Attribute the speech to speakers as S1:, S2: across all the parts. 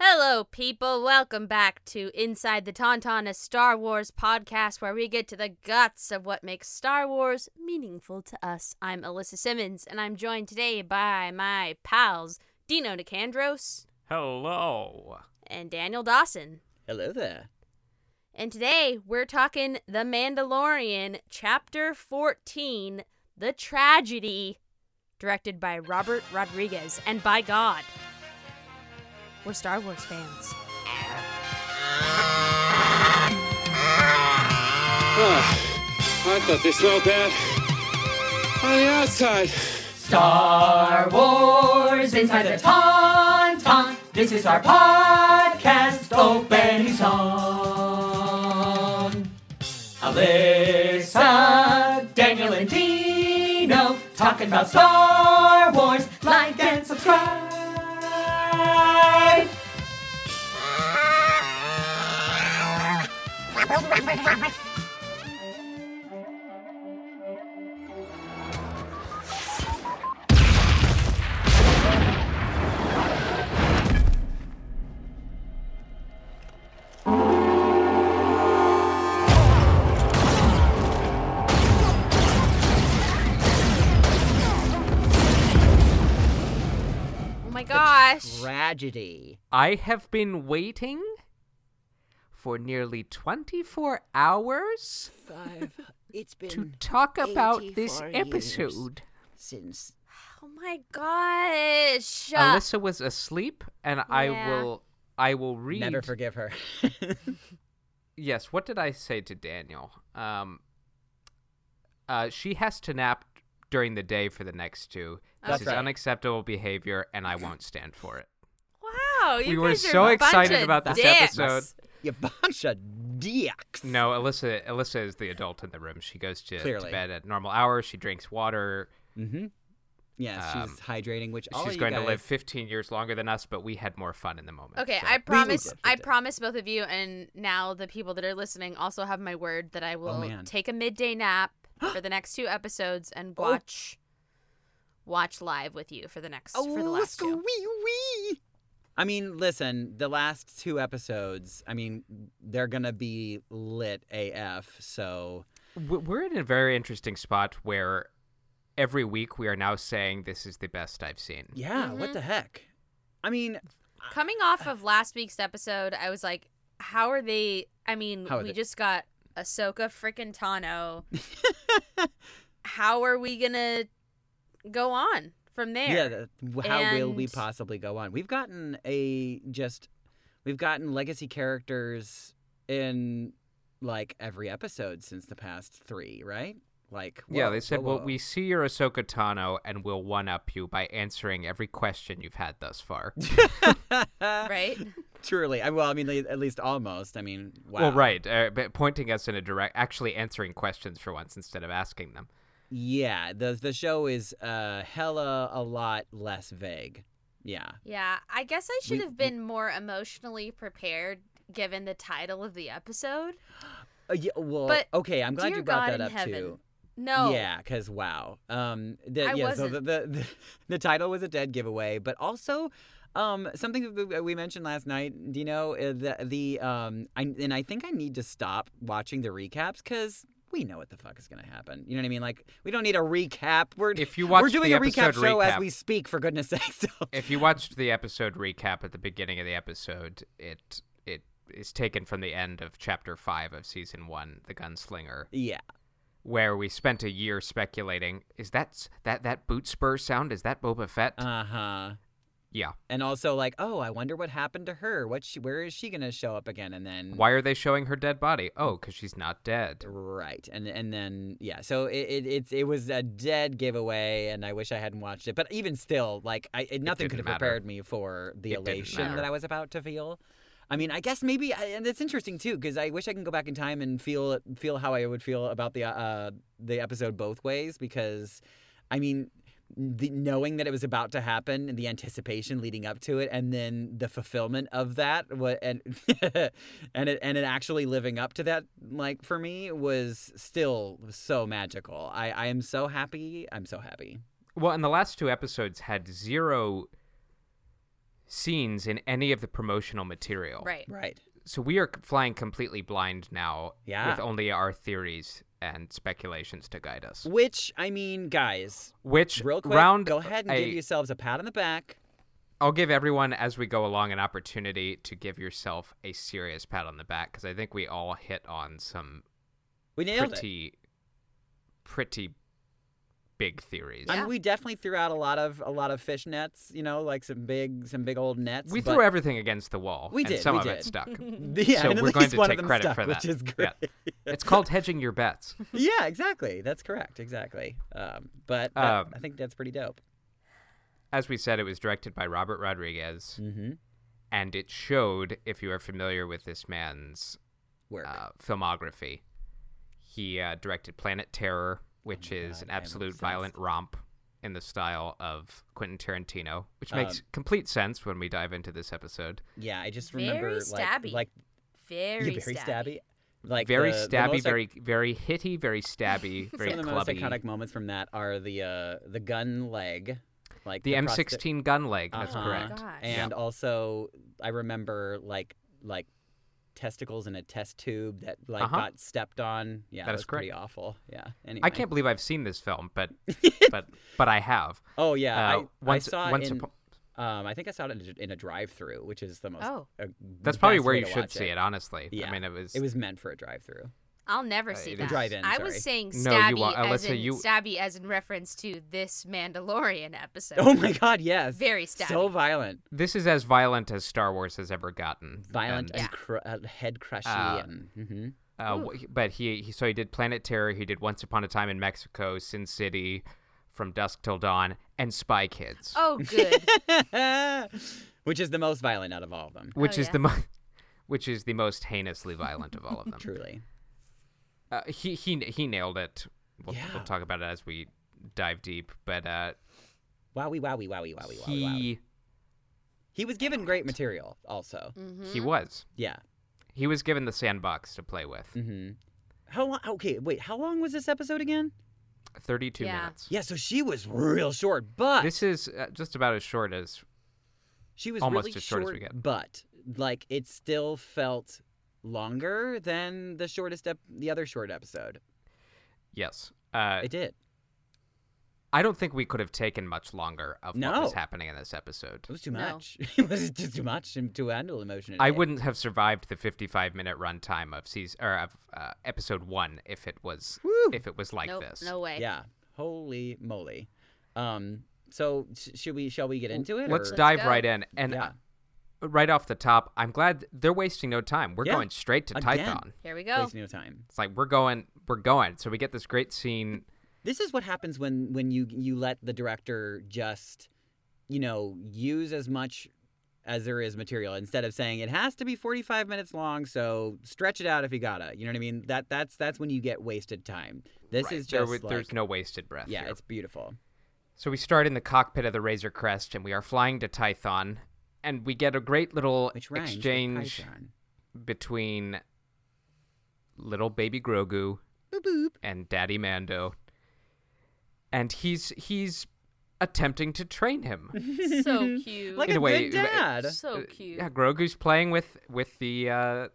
S1: Hello, people. Welcome back to Inside the Tauntaun, a Star Wars podcast where we get to the guts of what makes Star Wars meaningful to us. I'm Alyssa Simmons, and I'm joined today by my pals Dino DeCandros
S2: Hello.
S1: and Daniel Dawson.
S3: Hello there.
S1: And today we're talking The Mandalorian, Chapter 14 The Tragedy, directed by Robert Rodriguez. And by God, we're Star Wars fans.
S4: Ah, I thought they smelled bad on the outside.
S5: Star Wars Inside the Tauntaun. This is our podcast opening song. Alyssa, uh, Daniel, and Dino talking about Star Wars. Like and subscribe.
S1: Oh my gosh.
S3: Tragedy.
S2: I have been waiting for nearly 24 hours
S3: Five. It's been
S2: to talk about this
S3: 84 years
S2: episode.
S3: since.
S1: Oh my gosh.
S2: Alyssa was asleep and I
S1: Yeah.
S2: will I will read
S3: Never forgive her.
S2: Yes, what did I say to Daniel? Um uh, she has to nap during the day for the next two. This
S3: That's
S2: is
S3: right.
S2: unacceptable behavior and I won't stand for it.
S1: wow. You
S2: we were
S1: guys are
S2: so
S1: a bunch
S2: excited
S1: of
S2: about this
S1: dicks.
S2: episode.
S3: you bunch of dicks.
S2: No, Alyssa. Alyssa is the adult in the room. She goes to, to
S3: Clearly.
S2: bed at normal hours. She drinks water.
S3: Mm-hmm. Yes,
S2: Um,
S3: she's hydrating, which all
S2: She's
S3: you
S2: going to
S3: guys-
S2: live 15 years longer than us, but we had more fun in the moment.
S1: Okay,
S2: so-
S1: I promise.
S3: did, we
S1: I
S3: did.
S1: promise both of you, and now the people that are listening also have my word that I
S2: Oh,
S1: will
S3: man.
S1: take a midday nap for the next two episodes and
S2: Oh.
S1: watch, watch live with you for the next for the
S3: Oh,
S1: last two.
S3: squee-wee. I mean, listen, the last two episodes, I mean, they're going to be lit AF, so
S2: W- we're in a very interesting spot where every week we are now saying this is the best I've seen.
S3: yeah, what the heck? I mean,
S1: Coming off of last week's episode, I was like, "How are they?" I mean,
S3: How are
S1: we
S3: they-
S1: just got Ahsoka freaking Tano. How are we gonna go on from there?
S3: Yeah, that- w- how will we
S1: And-
S3: possibly go on? We've gotten a just, we've gotten legacy characters in like every episode since the past three, right? Like,
S2: yeah,
S3: whoa,
S2: they said,
S3: whoa,
S2: "Well,
S3: whoa.
S2: we see your Ahsoka Tano, and we'll one up you by answering every question you've had thus far."
S1: right.
S3: Truly, I, well, I mean, le- at least almost. I mean, wow.
S2: Well, right, uh, but pointing us in a direct, actually answering questions for once instead of asking them.
S3: Yeah, the the show is uh, hella a lot less vague. Yeah,
S1: Yeah, I guess I should
S3: We-
S1: have been more emotionally prepared given the title of the episode.
S3: Uh, yeah well,
S1: But,
S3: okay, I'm glad
S1: dear
S3: you brought
S1: God
S3: that
S1: in
S3: up
S1: heaven,
S3: too.
S1: No.
S3: Yeah, because wow. Um, the,
S1: Oh. I
S3: yeah,
S1: wasn't.
S3: So the, the, the, the title was a dead giveaway, but also um, something that we- we mentioned last night, Dino, uh, the, the um, I, and I think I need to stop watching the recaps because we know what the fuck is going to happen. You know what I mean? Like, we don't need a recap. We're,
S2: If you
S3: we're
S2: watched
S3: doing
S2: the
S3: a recap
S2: episode
S3: show as
S2: recap-
S3: we speak, for goodness sake. So.
S2: if you watched the episode recap at the beginning of the episode, it it is taken from the end of chapter five of season one, The Gunslinger,
S3: Yeah.
S2: where we spent a year speculating: is that s- that that boot spur sound? Is that Boba Fett?
S3: Uh huh.
S2: yeah.
S3: And also, like, oh, I wonder what happened to her. What? She, where is she going to show up again? And then
S2: Why are they showing her dead body? Oh, because she's not dead.
S3: Right, and and then yeah, so it it it's it was a dead giveaway, and I wish I hadn't watched it. But even still, like I it, nothing could
S2: didn't
S3: have
S2: matter.
S3: prepared me for the
S2: It didn't
S3: elation that
S2: matter.
S3: I was about to feel. I mean, I guess maybe, I- and it's interesting too, because I wish I can go back in time and feel feel how I would feel about the uh the episode both ways, because I mean. The, knowing that it was about to happen and the anticipation leading up to it, and then the fulfillment of that, wa- and and it and it actually living up to that, like for me, was still so magical. I I am so happy. I'm so happy.
S2: Well, and the last two episodes had zero scenes in any of the promotional material.
S1: Right.
S3: Right.
S2: So we are c- flying completely blind now
S3: Yeah.
S2: with only our theories and speculations to guide us.
S3: Which I mean, guys,
S2: Which
S3: real quick,
S2: round
S3: go ahead and give
S2: a-
S3: yourselves a pat on the back.
S2: I'll give everyone as we go along an opportunity to give yourself a serious pat on the back because I think we all hit on some
S3: We nailed it.
S2: pretty, pretty big theories.
S3: I
S1: Yeah.
S3: mean, we definitely threw out a lot of a lot of fish nets, you know, like some big some big old nets.
S2: We
S3: but-
S2: threw everything against the wall.
S3: We
S2: and
S3: did,
S2: Some
S3: we
S2: of
S3: did.
S2: it stuck.
S3: Yeah,
S2: so
S3: and at
S2: we're going
S3: least
S2: to
S3: one
S2: take
S3: of them
S2: credit
S3: stuck,
S2: for that.
S3: which is great.
S2: Yeah. it's called hedging your bets.
S3: yeah, exactly. That's correct. Exactly. Um, but that-
S2: Um,
S3: I think that's pretty dope.
S2: As we said, it was directed by Robert Rodriguez,
S3: Mm-hmm.
S2: and it showed. If you are familiar with this man's
S3: Work.
S2: uh, filmography, he uh, directed Planet Terror, which is an
S3: Oh I am
S2: absolute
S3: obsessed.
S2: violent romp in the style of Quentin Tarantino, which makes
S3: Um,
S2: complete sense when we dive into this episode.
S3: yeah, I just
S1: very
S3: remember
S1: stabby.
S3: like like yeah,
S1: Very,
S3: very
S1: stabby.
S3: stabby. Like
S2: very
S3: the- the
S2: stabby,
S3: most, like,
S2: very very hitty, very stabby, very
S3: Some of the most
S2: clubby.
S3: iconic moments from that are the uh, the gun leg, like
S2: the M
S3: prosti-
S2: sixteen gun leg. That's
S1: Uh-huh.
S2: correct.
S1: Gosh.
S3: And also, I remember like like testicles in a test tube that like
S2: Uh-huh.
S3: got stepped on. Yeah,
S2: That
S3: that
S2: is
S3: was pretty awful. Yeah. Anyway.
S2: I can't believe I've seen this film, but but but I have.
S3: Oh yeah,
S2: Uh,
S3: I,
S2: once-
S3: I saw it
S2: once
S3: in.
S2: upon-
S3: um, I think I saw it in a, in a drive-through, which is the most.
S1: Oh.
S3: uh,
S2: That's
S3: the
S2: probably
S3: best
S2: where
S3: way
S2: you
S3: to
S2: should
S3: watch
S2: see it. honestly. I
S3: Yeah.
S2: mean, it was.
S3: It was meant for a drive-through.
S1: I'll never
S2: Uh,
S1: see
S2: it
S1: that.
S2: is-
S3: Drive-in,
S1: I
S3: sorry.
S1: was saying
S2: No, you
S1: stabby
S2: wa-
S1: as
S2: Alyssa,
S1: in
S2: you-
S1: stabby as in reference to this Mandalorian episode.
S3: Oh my God! Yes.
S1: Very
S3: So
S1: stabby.
S3: violent,
S2: this is as violent as Star Wars has ever gotten.
S3: violent,
S2: And,
S3: and cr- uh, head crushy,
S2: Uh,
S3: and hmm
S2: uh, wh- but he, he so he did Planet Terror. He did Once Upon a Time in Mexico, Sin City, From Dusk Till Dawn, and Spy Kids,
S1: Oh, good.
S3: mm-hmm. which is the most violent out of all of them.
S2: which
S1: Oh,
S2: is
S1: yeah.
S2: the mo- which is the most heinously violent of all of them.
S3: Truly.
S2: Uh, he he he nailed it. We'll, we'll
S3: Yeah.
S2: talk about it as we dive deep, but uh,
S3: Wowie, wowie, wowie, wowie, wowie, wowie.
S2: he
S3: He was given great material, also.
S1: Hmm?
S2: he was.
S3: Yeah.
S2: He was given the sandbox to play with.
S3: Mm-hmm. How long? Okay, wait. How long was this episode again?
S2: 32
S1: Yeah.
S2: minutes.
S3: Yeah, so she was real short, but
S2: This is uh, just about as short as
S3: she was
S2: almost
S3: really
S2: as short as we get.
S3: But like, it still felt longer than the shortest ep- the other short episode.
S2: yes. Uh,
S3: It did.
S2: I don't think we could have taken much longer of what was
S3: No.
S2: happening in this episode.
S3: It was too
S1: No.
S3: much. it was just too much and to handle emotionally.
S2: I wouldn't have survived the 55 minute runtime of season or of uh, episode one if it was
S3: Woo.
S2: if it was like
S1: nope,
S2: this.
S1: no way.
S3: Yeah. Holy moly. Um. So sh- should we? Shall we get into it?
S2: Let's
S3: or-
S2: dive
S1: go.
S2: right in and
S3: Yeah.
S2: uh, right off the top. I'm glad they're wasting no time. We're
S3: Yeah.
S2: going straight to
S3: Again.
S2: Typhon.
S1: Here we go.
S3: Waste no time.
S2: It's like we're going, we're going. So we get this great scene.
S3: this is what happens when when you you let the director just you know use as much as there is material instead of saying it has to be 45 minutes long so stretch it out if you gotta you know what i mean that that's that's when you get wasted time this
S2: Right.
S3: is
S2: There
S3: just
S2: wa-
S3: like,
S2: there's no wasted breath.
S3: yeah
S2: here.
S3: it's beautiful
S2: So we start in the cockpit of the Razor Crest, and we are flying to Tython, and we get a great little
S3: which rhymes with
S2: exchange
S3: Python.
S2: between little baby Grogu
S3: boop boop
S2: and Daddy Mando, and he's he's attempting to train him.
S1: so cute.
S3: like
S2: In
S3: a,
S2: a way,
S3: good
S2: it- it-
S3: dad
S1: so
S2: Uh,
S1: cute.
S2: yeah, Grogu's playing with with the uh,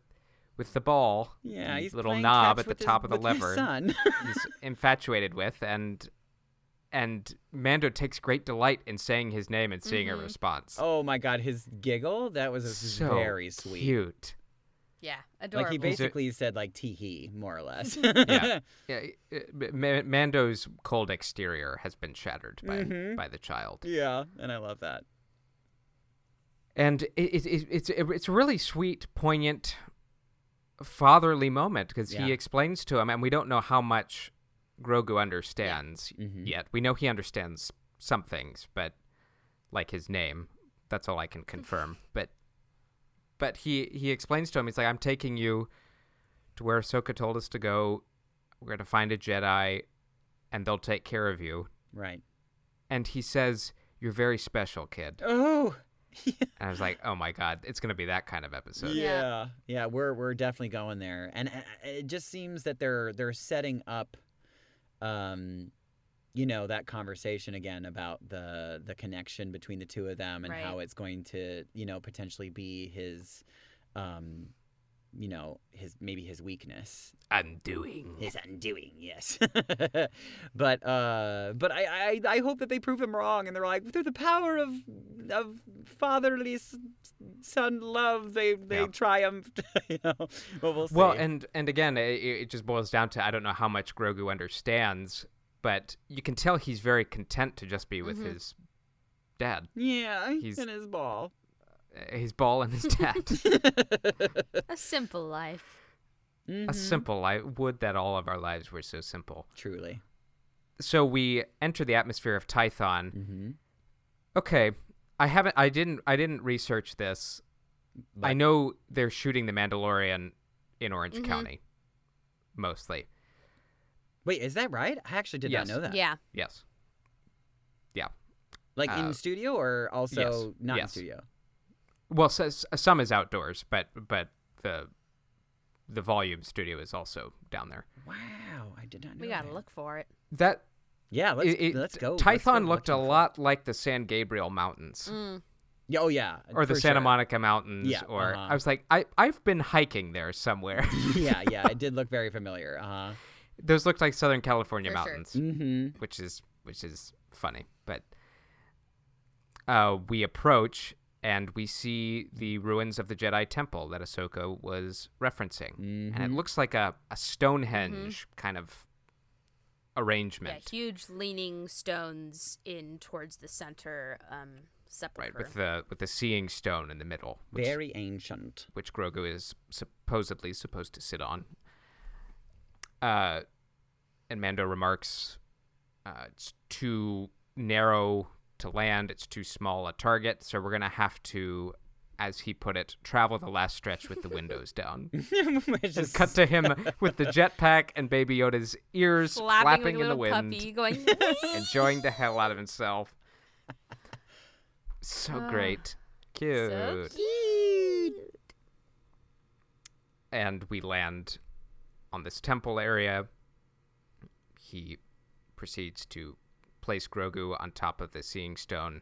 S2: with the ball.
S3: yeah
S2: the
S3: he's
S2: little
S3: playing
S2: knob
S3: catch
S2: at the
S3: with his-
S2: top of the
S3: with his
S2: lever.
S3: son
S2: he's infatuated with and and Mando takes great delight in saying his name and seeing a response.
S3: oh my god his giggle that was
S2: so
S3: very sweet
S2: Cute.
S1: Yeah, adorable.
S3: like he
S2: He's a-
S3: basically said like tee hee more or less
S2: yeah. yeah. uh, Ma- Ma- Mando's cold exterior has been shattered by
S3: Mm-hmm.
S2: by the child,
S3: yeah and i love that
S2: and it, it, it, it's it's a really sweet, poignant, fatherly moment because
S3: Yeah.
S2: he explains to him, and we don't know how much Grogu understands yet. We know he understands some things, but like his name, that's all I can confirm. but but he he explains to him, he's like, "I'm taking you to where Ahsoka told us to go. We're gonna find a Jedi, and they'll take care of you."
S3: right
S2: And he says, "You're very special, kid."
S3: Oh,
S2: And I was like, "Oh my god, it's gonna be that kind of episode."
S1: Yeah.
S3: yeah, yeah. We're we're definitely going there, and uh, it just seems that they're they're setting up, um, you know that conversation again about the the connection between the two of them and
S1: Right.
S3: how it's going to you know potentially be his um you know his maybe his weakness
S2: Undoing.
S3: his undoing yes but uh but I, I i hope that they prove him wrong and they're like through the power of of fatherly s- son love they they
S2: Yeah.
S3: triumphed you know but we'll see
S2: Well, and and again, it, it just boils down to I don't know how much Grogu understands, but you can tell he's very content to just be with his dad,
S3: yeah
S2: he's-
S3: in his ball
S2: uh, his ball and his dad.
S1: A simple life.
S3: Mm-hmm.
S2: A simple life. Would that all of our lives were so simple.
S3: truly
S2: So we enter the atmosphere of Tython.
S3: mm-hmm.
S2: Okay, I haven't. I didn't. I didn't research this. I
S3: But-
S2: know they're shooting the Mandalorian in Orange County, mostly.
S3: wait is that right i actually did
S2: Yes.
S3: not know that
S1: Yeah.
S2: Yes. Yeah.
S3: like
S2: Uh,
S3: in studio or also
S2: yes,
S3: not in
S2: yes.
S3: studio
S2: Well, so, s- some is outdoors, but but the the volume studio is also down there.
S3: wow i did not know
S1: We gotta
S3: that.
S1: look for it.
S2: That
S3: yeah let's,
S2: it- it-
S3: let's go Let's go
S2: Tython looked a
S3: looking for-
S2: lot like the San Gabriel Mountains.
S1: Mm.
S3: Yeah, oh yeah
S2: or the
S3: for
S2: Santa
S3: sure.
S2: Monica Mountains,
S3: Yeah,
S2: or
S3: uh-huh.
S2: I was like, I I've been hiking there somewhere.
S3: yeah yeah it did look very familiar uh-huh
S2: Those looked like Southern California
S1: For sure.
S2: mountains,
S3: mm-hmm
S2: which is which is funny. But uh, we approach and we see the ruins of the Jedi Temple that Ahsoka was referencing, and it looks like a a Stonehenge kind of
S1: Yeah,
S2: arrangement,
S1: huge leaning stones in towards the center um, sepulcher.
S2: right? With the with the Seeing Stone in the middle, which
S3: Very ancient.
S2: which Grogu is supposedly supposed to sit on. Uh, and Mando remarks, uh, "It's too narrow to land. It's too small a target. So we're gonna have to, as he put it, travel the last stretch with the windows down."
S3: Which
S2: And
S3: is
S2: cut to him with the jetpack and Baby Yoda's ears
S1: Flapping,
S2: flapping,
S1: like a
S2: in the
S1: little
S2: wind,
S1: puppy, going.
S2: enjoying the hell out of himself. So great, cute.
S1: so
S2: and we land on this temple area. He proceeds to place Grogu on top of the Seeing Stone.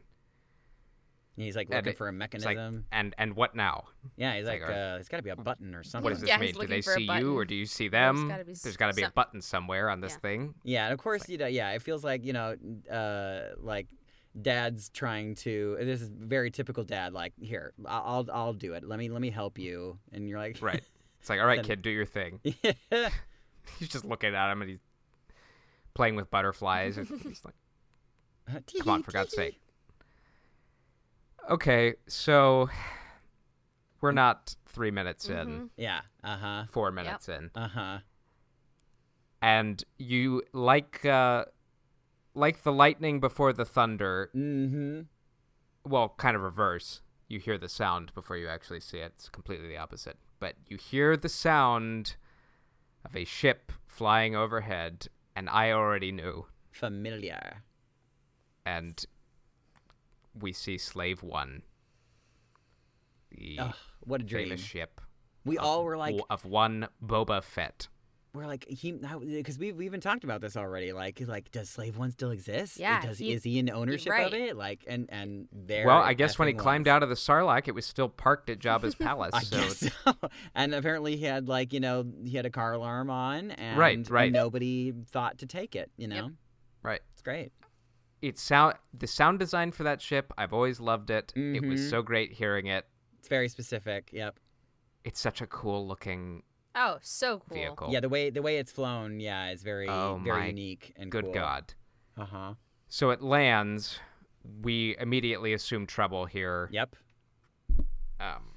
S3: he's like
S2: And
S3: looking
S2: it-
S3: for a
S2: It's like,
S3: mechanism.
S2: and and what now?
S3: yeah, he's like,
S2: like,
S3: uh, there's got to be a button or something.
S2: What does this
S1: Yeah, he's
S2: mean? Do
S1: looking
S2: they
S1: for a
S2: see you, or
S1: button.
S2: do you see
S1: There's
S2: them?
S1: gotta be s-
S2: There's got to be a
S1: some-
S2: button somewhere on this
S1: Yeah.
S2: thing.
S3: Yeah, and of course, you know, yeah, it feels like you know, uh, like dad's trying to. This is very typical dad. Like, here, I- I'll I'll do it. Let me let me help you. And you're like,
S2: Right. It's like, all right, kid, do your thing.
S3: yeah,
S2: He's just looking at him, and he's playing with butterflies. and he's like, Come on, for God's sake. Okay, so we're not three minutes in,
S1: Mm-hmm.
S3: Yeah. Uh huh.
S2: four minutes in.
S3: Uh huh.
S2: and you like uh like the lightning before the thunder
S3: Mm-hmm.
S2: well kind of reverse you hear the sound before you actually see it it's completely the opposite but you hear the sound of a ship flying overhead and i already knew
S3: Familiar.
S2: and we see slave one the
S3: Ugh, what a dream.
S2: famous ship
S3: We all were like,
S2: of one boba fett
S3: we're like he because we've, we've even talked about this already like like does slave one still exist
S1: Yeah,
S3: does
S1: he-
S3: is he in ownership
S1: right.
S3: of it like and and there
S2: well i guess when he
S3: effing
S2: climbed
S3: was.
S2: out of the sarlacc it was still parked at jabba's palace
S3: I
S2: so
S3: guess so. and apparently he had like you know he had a car alarm on and
S2: Right, right.
S3: nobody thought to take it you know
S2: right
S3: it's great
S2: it sound the sound design for that ship i've always loved it it was
S3: Mhm.
S1: Mm-hmm.
S2: so great hearing it
S3: it's very specific yep
S2: it's such a cool looking
S1: Oh, so cool.
S2: vehicle
S3: yeah the way the way it's flown yeah is very
S2: Oh
S3: very
S2: my
S3: unique and
S2: good
S3: cool.
S2: god
S3: uh huh
S2: so it lands we immediately assume trouble here
S3: yep
S2: um,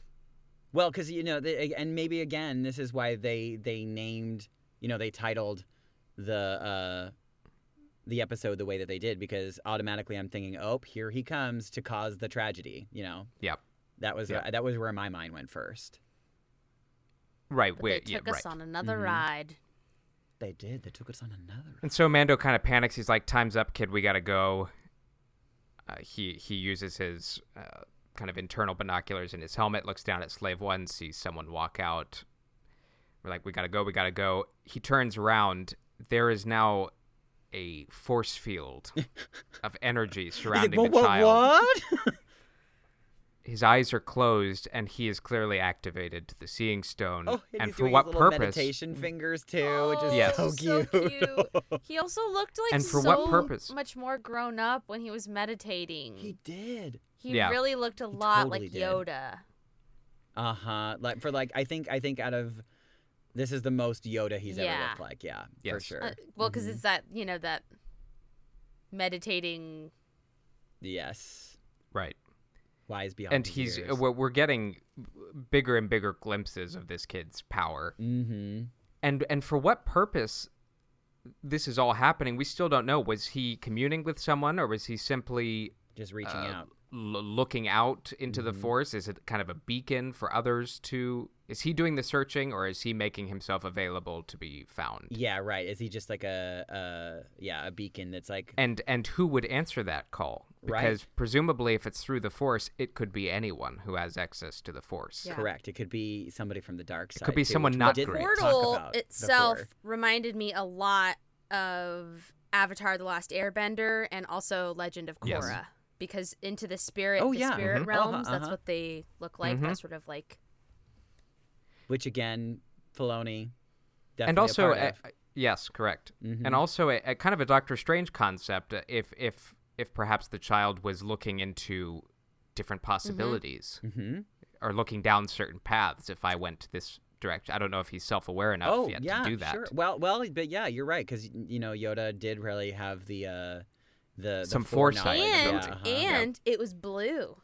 S3: Well, because you know, they, and maybe again, this is why they they named, you know, they titled the uh, the episode the way that they did because automatically I'm thinking, oh, here he comes to cause the tragedy. You know,
S2: yeah
S3: that was
S2: Yeah.
S3: that was where my mind went first.
S2: right
S1: But
S2: we
S1: they took
S2: yeah,
S1: us
S2: right.
S1: on another
S3: Mhm.
S1: ride.
S3: They did. They took us on another.
S2: and so mando kind of panics he's like time's up kid we gotta go uh, he he uses his uh, kind of internal binoculars in his helmet looks down at slave one sees someone walk out we're like we gotta go we gotta go he turns around there is now a force field of energy
S3: He's like,
S2: surrounding
S3: what,
S2: the
S3: what,
S2: child.
S3: what?
S2: His eyes are closed, and he is clearly activated to the seeing stone.
S3: Oh, and,
S2: and
S3: he's
S2: for
S3: doing
S2: what
S3: his little
S2: purpose?
S3: Meditation fingers too, which is
S2: Yes.
S3: so
S1: Oh, so
S3: cute.
S1: cute. He also looked like
S2: And for
S1: so
S2: what purpose?
S1: much more grown up when he was meditating.
S3: he
S1: He,
S3: did.
S2: Yeah.
S1: really looked a lot
S3: totally
S1: like
S3: did.
S1: Yoda.
S3: Uh huh. Like for like, I think I think out of this is the most Yoda he's ever
S1: Yeah.
S3: looked like. Yeah, for
S2: Yes.
S3: sure.
S1: Uh, well,
S3: Mm-hmm.
S1: because it's that you know that meditating.
S3: yes,
S2: Right.
S3: wise beyond.
S2: and he's
S3: years.
S2: uh, we're we're getting bigger and bigger glimpses of this kid's power
S3: mm-hmm.
S2: and and for what purpose this is all happening we still don't know was he communing with someone or was he simply
S3: Just reaching
S2: uh,
S3: out.
S2: l- looking out into
S3: Mm-hmm.
S2: the force is it kind of a beacon for others to is he doing the searching or is he making himself available to be found
S3: Yeah, right. Is he just like a, a yeah a beacon that's like
S2: and and who would answer that call
S3: Right.
S2: because presumably if it's through the force it could be anyone who has access to the force
S1: Yeah.
S3: correct? It could be somebody from the dark side.
S2: be
S3: too,
S2: someone
S3: which we
S2: not
S3: didn't
S2: great.
S3: talk
S1: Portal
S3: about
S1: itself
S3: before.
S1: reminded me a lot of Avatar: The Last Airbender and also Legend of Korra.
S2: Yes.
S1: Because into the spirit,
S3: Oh,
S1: the
S3: yeah.
S1: spirit
S3: Mhm.
S1: realms,
S3: Uh-huh, Mm-hmm.
S1: that's
S3: uh-huh.
S1: what they look like.
S2: Mhm.
S1: That sort of like
S3: which again, Filoni. Definitely
S2: and also
S3: a part
S2: uh,
S3: of.
S2: uh, yes correct
S3: Mhm.
S2: and also a, a kind of a doctor strange concept uh, if if if perhaps the child was looking into different
S3: Mm-hmm.
S2: possibilities
S3: hmm
S2: or looking down certain paths if i went this direction i don't know if he's self-aware enough
S3: oh
S2: yet
S3: yeah,
S2: to do that
S3: sure. Well, well, but yeah, you're right because you know Yoda did really have the uh, the, the
S2: Some foresight
S3: foreknowledge. Yeah,
S1: and
S2: ability.
S3: uh-huh.
S1: and it was blue.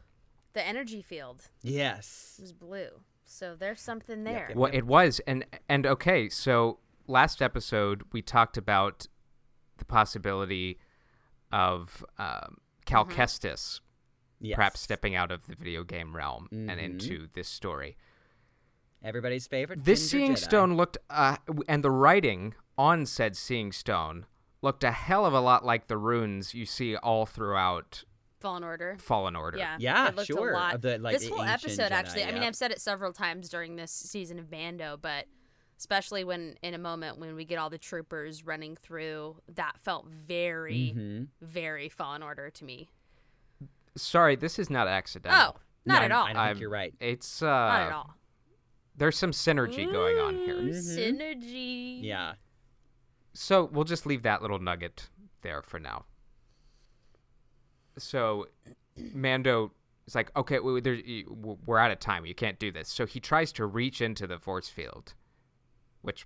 S1: The energy field
S3: yes,
S1: was blue. So there's something
S3: Yep,
S1: there.
S3: yep,
S2: well it was and and okay so last episode we talked about the possibility of um, cal kestis
S3: Mm-hmm. yes. Mm-hmm.
S2: perhaps stepping out of the video game realm and into this story
S3: everybody's favorite.
S2: This
S3: Ginger
S2: seeing
S3: Jedi.
S2: stone looked, uh, w- and the writing on said seeing stone looked a hell of a lot like the runes you see all throughout
S1: Fallen Order.
S2: Fallen Order.
S1: Yeah,
S3: Yeah,
S1: it looked
S3: sure,
S1: A lot.
S3: of the, like,
S1: this
S3: the
S1: whole
S3: ancient
S1: episode,
S3: Jedi,
S1: actually. I mean,
S3: yep.
S1: I've said it several times during this season of Mando, but especially when in a moment when we get all the troopers running through, that felt very,
S3: Mm-hmm.
S1: very Fallen Order to me.
S2: Sorry, this is not accidental.
S1: Oh, not
S3: No,
S1: at all.
S3: I don't
S2: I'm-
S3: think you're right.
S2: It's uh,
S1: not at all. Mm.
S2: there's some synergy going on here.
S1: Synergy.
S3: Mm-hmm. Yeah,
S2: So we'll just leave that little nugget there for now. So Mando is like, okay, we, there, y- w- we're out of time. You can't do this. So he tries to reach into the force field, which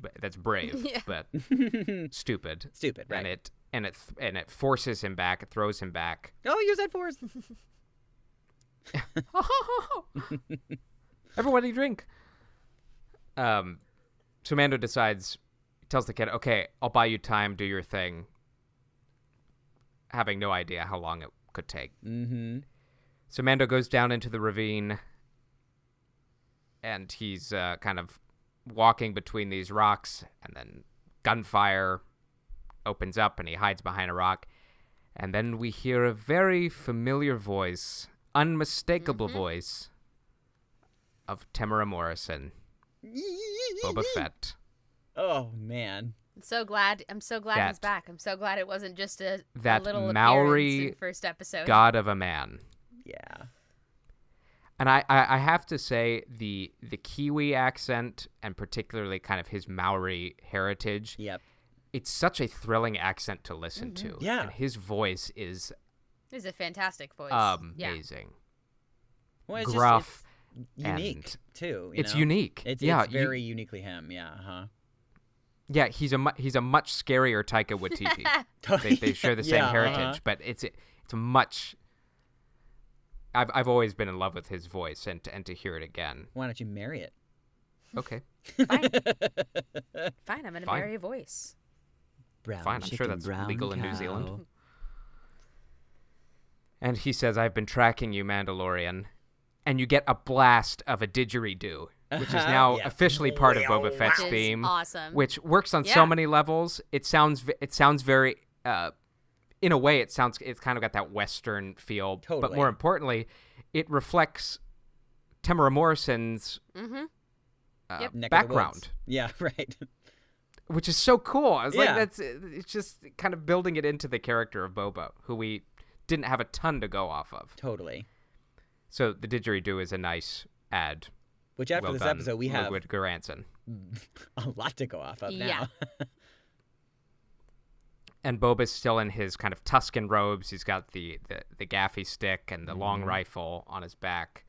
S2: b- that's brave,
S1: Yeah.
S2: but stupid.
S3: stupid, right?
S2: And it and it th- and it forces him back. It throws him back.
S3: oh, use that force.
S2: Everybody drink. Um, so Mando decides, tells the kid, "Okay, I'll buy you time. Do your thing." Having no idea how long it could take,
S3: mm-hmm.
S2: so Mando goes down into the ravine, and he's uh, kind of walking between these rocks, and then gunfire opens up, and he hides behind a rock, and then we hear a very familiar voice, unmistakable voice, of Tamara Morrison. Boba Fett.
S3: Oh man,
S1: I'm so glad. I'm so glad he's
S2: That-
S1: back. I'm so glad it wasn't just a, a
S2: that
S1: little appearance
S2: Maori
S1: in first episode.
S2: God of a man.
S3: yeah.
S2: And I, I, I have to say the the Kiwi accent and particularly kind of his Maori heritage,
S3: Yep.
S2: it's such a thrilling accent to listen to.
S3: Mm-hmm. Yeah.
S2: And his voice is
S1: This is a fantastic voice.
S2: um,
S1: Yeah.
S2: amazing.
S3: Well, it's just-
S2: Gruff.
S3: it's unique
S2: and-
S3: too. you
S2: it's
S3: know?
S2: unique.
S3: It's,
S2: yeah,
S3: it's
S2: you-
S3: very uniquely him. Yeah. Huh.
S2: yeah, he's a mu- he's a much scarier Taika Waititi. they, they share the same
S3: Yeah,
S2: heritage,
S3: uh-huh.
S2: but it's it's much. I've I've always been in love with his voice, and to, and to hear it again.
S3: Why don't you marry it?
S2: Okay,
S1: Fine. Fine. I'm gonna
S2: Fine.
S1: marry a voice.
S3: Brown
S2: Fine, I'm sure
S3: chicken,
S2: that's
S3: brown
S2: legal in New Zealand.
S3: cow.
S2: and he says, "I've been tracking you, Mandalorian," and you get a blast of a didgeridoo, which is now
S3: Uh-huh. Yeah.
S2: officially part of Boba Fett's
S1: Which is
S2: theme,
S1: awesome.
S2: which works on
S1: Yeah.
S2: so many levels. It sounds v- it sounds very. Uh, in a way, it sounds it's kind of got that Western feel, but
S3: Totally.
S2: more importantly, it reflects Tamara Morrison's
S1: Mm-hmm.
S2: uh,
S1: Yep.
S3: Neck of the woods.
S2: background.
S3: Yeah. Right.
S2: which is so cool. I was like,
S3: Yeah.
S2: that's it's just kind of building it into the character of Bobo, who we didn't have a ton to go off of.
S3: Totally.
S2: So the didgeridoo is a nice ad.
S3: Which after
S2: well
S3: this
S2: done,
S3: episode, we have
S2: Ludwig Göransson.
S3: a lot to go off of
S1: Yeah.
S3: now.
S2: and Boba's still in his kind of Tuscan robes. He's got the the, the gaffy stick and the
S3: Mm-hmm.
S2: long rifle on his back.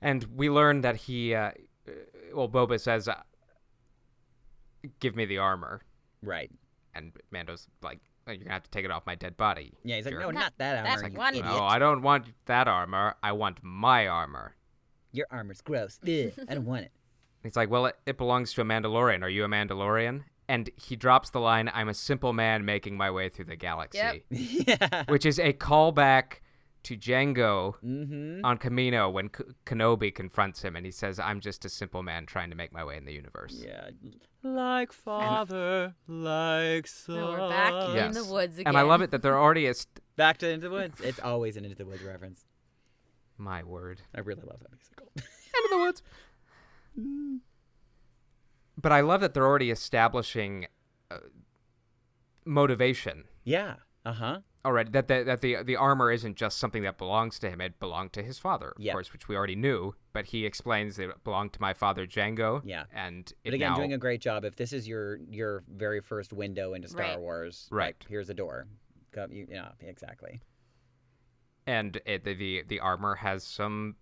S2: And we learn that he, uh, uh, well, Boba says, uh, "Give me the armor,"
S3: right.
S2: and Mando's like, "Oh, "You're gonna have to take it off my dead body."
S3: Yeah, he's like,
S2: jerk."
S3: no, not that
S1: That's
S3: armor. you
S1: one-
S3: idiot.
S2: no, I don't want that armor. I want my armor.
S3: Your armor's gross. Ugh, I don't want it.
S2: He's like, "Well, it, it belongs to a Mandalorian. Are you a Mandalorian?" And he drops the line, "I'm a simple man making my way through the galaxy."
S3: yeah.
S2: which is a callback to Django
S3: Mm-hmm.
S2: on Camino when K- Kenobi confronts him and he says, "I'm just a simple man trying to make my way in the universe."
S3: Yeah. Like father, like son.
S1: No, we're back in
S2: Yes.
S1: the woods again.
S2: And I love it that they're already a st-
S3: Back to Into the Woods. It's always an Into the Woods reference.
S2: my word
S3: I really love that musical.
S2: into the woods. Mm. But I love that they're already establishing uh, motivation
S3: yeah. Uh huh.
S2: already. That the, that the the armor isn't just something that belongs to him; it belonged to his father, of
S3: Yep.
S2: course, which we already knew. But he explains that it belonged to my father, Django.
S3: Yeah.
S2: and it
S3: But again,
S2: now-
S3: doing a great job. If this is your your very first window into Star
S1: Right.
S3: Wars,
S2: Right.
S3: Like, here's a door. Go, you, yeah, exactly.
S2: and it, the, the the armor has some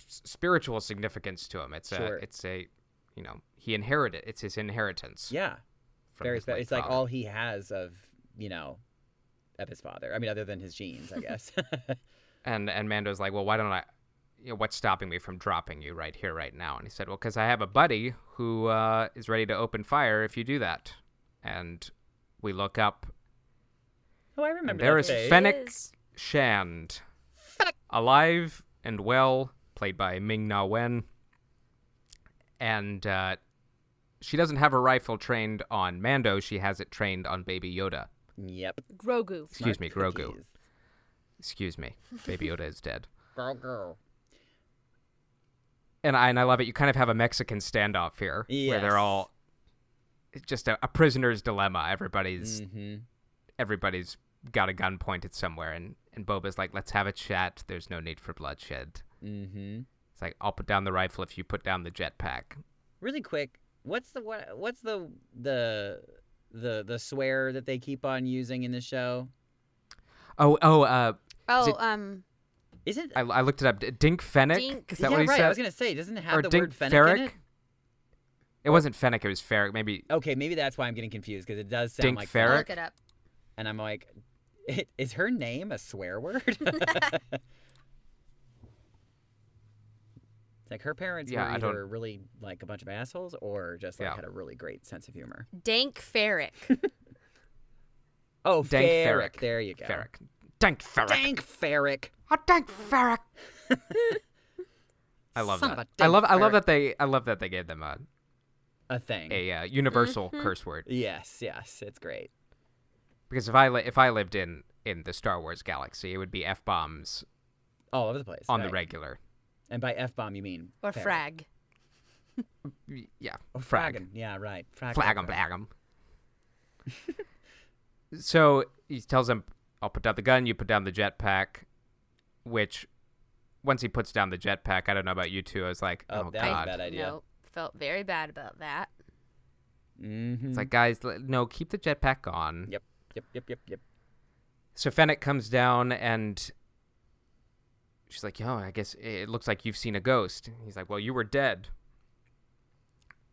S2: s- spiritual significance to him. It's
S3: Sure.
S2: a it's a you know he inherited it's his inheritance.
S3: Yeah.
S2: from
S3: very
S2: his
S3: spe-
S2: late
S3: It's like
S2: father.
S3: all he has of you know, of his father. I mean, other than his genes, I guess. Oh,
S2: And and Mando's like, well, why don't I? You know, what's stopping me from dropping you right here, right now? And he said, well, because I have a buddy who uh, is ready to open fire if you do that. And we look up.
S3: oh, I remember.
S2: there
S3: that
S2: is
S3: face.
S2: Fen- Fennec.
S1: is.
S2: Shand, alive and well, played by Ming Na Wen. And uh, she doesn't have her rifle trained on Mando, she has it trained on Baby Yoda.
S3: Yep.
S1: Grogu.
S2: Excuse
S3: Smart
S2: me, Grogu.
S3: cookies.
S2: Excuse me. Baby Yoda is dead.
S3: Grogu.
S2: And I, and I love it. You kind of have a Mexican standoff here where
S3: Yes.
S2: they're all it's just a, a prisoner's dilemma. Everybody's
S3: Mm-hmm.
S2: everybody's got a gun pointed somewhere and, and Boba's like, let's have a chat. There's no need for bloodshed.
S3: Mm-hmm.
S2: It's like, I'll put down the rifle if you put down the jetpack.
S3: Really quick, what's the what? What's the the the the swear that they keep on using in the show?
S2: Oh, oh, uh,
S1: Oh,
S2: it-
S1: um,
S3: Isn't
S2: I, I looked it up. D- Dink Fennec?
S1: Dink-
S2: Is that
S3: yeah,
S2: what he
S3: right.
S2: said?
S3: I was gonna say, doesn't it have
S2: or
S3: the
S2: Dink
S3: word fennec
S2: Ferrick?
S3: in it?
S2: It wasn't Fennec, it was Ferrick. Maybe
S3: Okay, maybe that's why I'm getting confused because it does sound
S2: Dink
S3: like
S1: I'll
S2: Ferrick?
S1: look it up.
S3: and I'm like, "I- is her name a swear word? It's Like her parents
S2: Yeah, I
S3: were
S2: don't-
S3: either really like a bunch of assholes, or just like
S2: Yeah.
S3: had a really great sense of humor.
S1: Dank Ferrick.
S3: Oh,
S2: Dank
S3: Ferrick.
S2: Ferrick.
S3: There you go.
S2: Ferrick. Dank Ferrick.
S3: Dank Ferrick.
S2: Oh, Dank Ferrick. I love
S3: Son of
S2: that.
S3: a
S2: I love. I
S3: Dank
S2: love
S3: Ferrick.
S2: that they. I love that they gave them a
S3: A thing.
S2: a uh, universal
S3: Mm-hmm.
S2: curse word.
S3: Yes, yes, it's great.
S2: Because if I li- if I lived in in the Star Wars galaxy, it would be f bombs
S3: All over the place.
S2: on the
S3: right.
S2: regular.
S3: And by F bomb, you mean
S1: Or
S3: Ferrick.
S1: Frag.
S2: Y- Yeah,
S3: Or
S2: frag.
S3: fraggin'. Yeah, right. Frag.
S2: Flag 'em, flag 'em. so he tells him, "I'll put down the gun. You put down the jetpack." Which, once he puts down the jetpack, I don't know about you two. I was like,
S3: Oh,
S2: "Oh,
S3: that was
S2: god!"
S3: bad idea.
S1: No, felt very bad about that.
S3: Mm-hmm.
S2: It's like, guys, l- no, keep the jetpack on.
S3: Yep. Yep. Yep. Yep. Yep.
S2: So Fennec comes down and she's like, "Yo, I guess it looks like you've seen a ghost." And he's like, "Well, you were dead."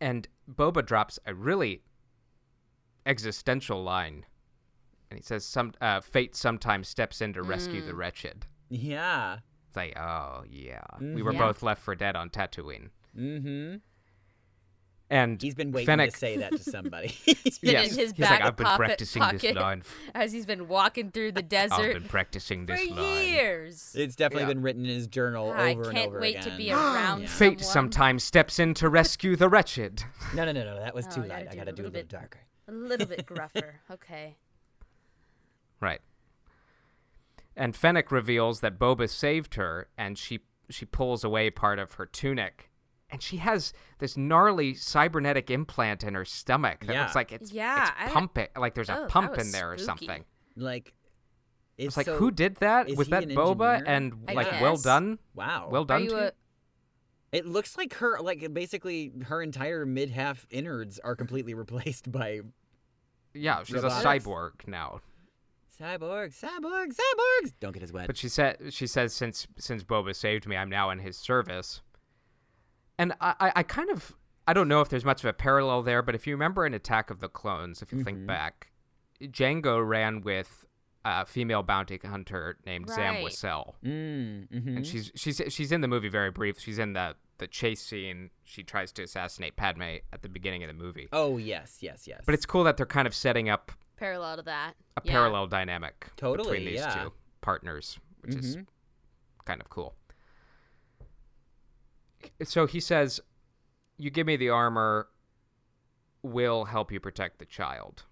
S2: And Boba drops a really existential line, and he says, "Some uh, fate sometimes steps in to rescue
S1: Mm.
S2: the wretched."
S3: Yeah.
S2: It's like, "Oh yeah, we were
S1: Yeah.
S2: both left for dead on Tatooine."
S3: Mm-hmm.
S2: And
S3: He's been waiting
S2: Fennec,
S3: to say that to somebody.
S1: been in
S2: yes,
S1: his
S2: he's
S1: back
S2: like, "I've been
S1: pocket-
S2: practicing this
S1: pocket
S2: line.
S1: as he's been walking through the
S2: I've
S1: desert
S2: been practicing
S1: for
S2: this line."
S1: years.
S3: it's definitely
S2: Yeah.
S3: been written in his journal
S1: Ah, I
S3: over and
S1: can't
S3: over
S1: wait
S3: again.
S1: to be around
S3: Yeah.
S2: Fate
S1: someone.
S2: sometimes steps in to rescue the wretched.
S3: No, no, no, no. That was
S1: Oh,
S3: too
S1: I gotta
S3: light. I
S1: do
S3: gotta
S1: a
S3: do
S1: little
S3: a little
S1: bit.
S3: darker.
S1: A little bit gruffer. Okay.
S2: Right. And Fennec reveals that Boba saved her, and she she pulls away part of her tunic, and she has this gnarly cybernetic implant in her stomach that
S3: Yeah.
S2: looks like it's,
S1: Yeah, I
S2: it's
S1: don't-
S2: pumping. Like there's
S1: Oh,
S2: a
S1: that
S2: pump
S1: was
S2: in there or
S1: spooky.
S2: something.
S3: Like, it's,
S2: It's like
S3: so-
S2: who did that?
S3: is
S2: Was
S3: he
S2: that
S3: an
S2: Boba?
S3: engineer? Oh.
S2: And
S1: I
S2: like, well
S1: guess.
S2: done,
S3: Wow.
S2: well
S1: Are
S2: done.
S1: you
S2: to
S1: a,
S3: It looks like her, like basically her entire mid half innards are completely replaced by
S2: you? Yeah, she's a
S3: robotics?
S2: cyborg now.
S3: cyborgs, cyborgs, cyborgs. Don't get as wet.
S2: But she said she says since since Boba saved me, I'm now in his service. And I, I, I kind of I don't know if there's much of a parallel there, but if you remember in Attack of the Clones, if you
S3: Mm-hmm.
S2: think back, Django ran with a female bounty hunter named Zam
S1: Right.
S2: Wassell.
S3: Mm, mm-hmm.
S2: And she's she's she's in the movie very brief. She's in the the chase scene. She tries to assassinate Padme at the beginning of the movie.
S3: oh yes, yes, yes.
S2: But it's cool that they're kind of setting up
S1: parallel to that?
S2: a
S1: Yeah.
S2: parallel dynamic
S3: Totally,
S2: between these
S3: yeah. Mm-hmm.
S2: two partners, which is kind of cool. So he says, "You give me the armor, we'll help you protect the child,"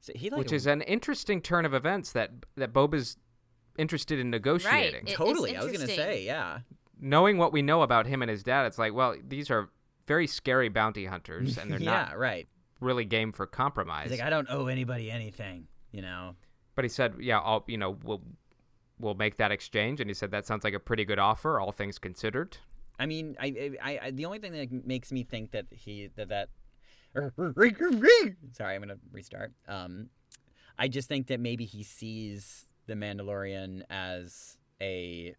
S3: So he like
S2: which is an interesting turn of events that that Boba's interested in negotiating.
S1: It is
S3: totally. I was gonna
S1: interesting.
S3: say yeah.
S2: Knowing what we know about him and his dad, it's like, well, these are very scary bounty hunters, and they're
S3: yeah,
S2: not
S3: right.
S2: really game for compromise.
S3: He's like I don't owe anybody anything, you know.
S2: But he said, "Yeah, I'll you know we'll we'll make that exchange." And he said, "That sounds like a pretty good offer, all things considered."
S3: I mean, I, I, I the only thing that makes me think that he that that. Sorry, I'm gonna restart. Um, I just think that maybe he sees the Mandalorian as a,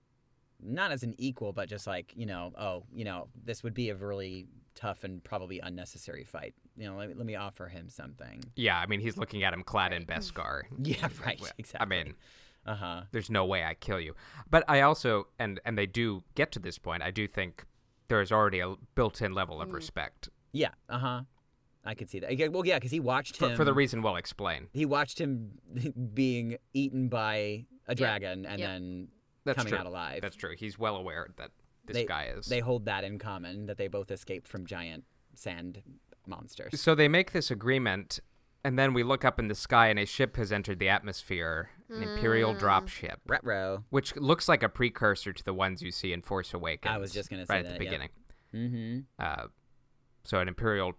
S3: not as an equal, but just like you know, oh, you know, this would be a really tough and probably unnecessary fight. You know, let me, let me offer him something.
S2: Yeah, I mean, he's looking at him clad in Beskar.
S3: Hmm. Yeah, right.
S2: I
S3: Exactly.
S2: mean,
S3: uh huh.
S2: there's no way I kill you. But I also and and they do get to this point. I do think there is already a built-in level
S3: Hmm.
S2: of respect
S3: Yeah. Uh huh. I could see that. Yeah, Well, yeah, because he watched
S2: for,
S3: him
S2: for the reason we'll explain.
S3: he watched him being eaten by a dragon and
S1: Yep.
S3: then
S2: That's
S3: coming
S2: true.
S3: out alive.
S2: That's true. He's well aware that this
S3: They-
S2: guy is.
S3: They hold that in common that they both escaped from giant sand monsters.
S2: So they make this agreement, and then we look up in the sky, and a ship has entered the atmosphere, an Imperial
S3: Hmm.
S2: dropship.
S3: Retro.
S2: which looks like a precursor to the ones you see in Force Awakens.
S3: just gonna say
S2: right at
S3: that,
S2: the
S3: yeah.
S2: beginning.
S3: Mm-hmm.
S2: Uh, so an Imperial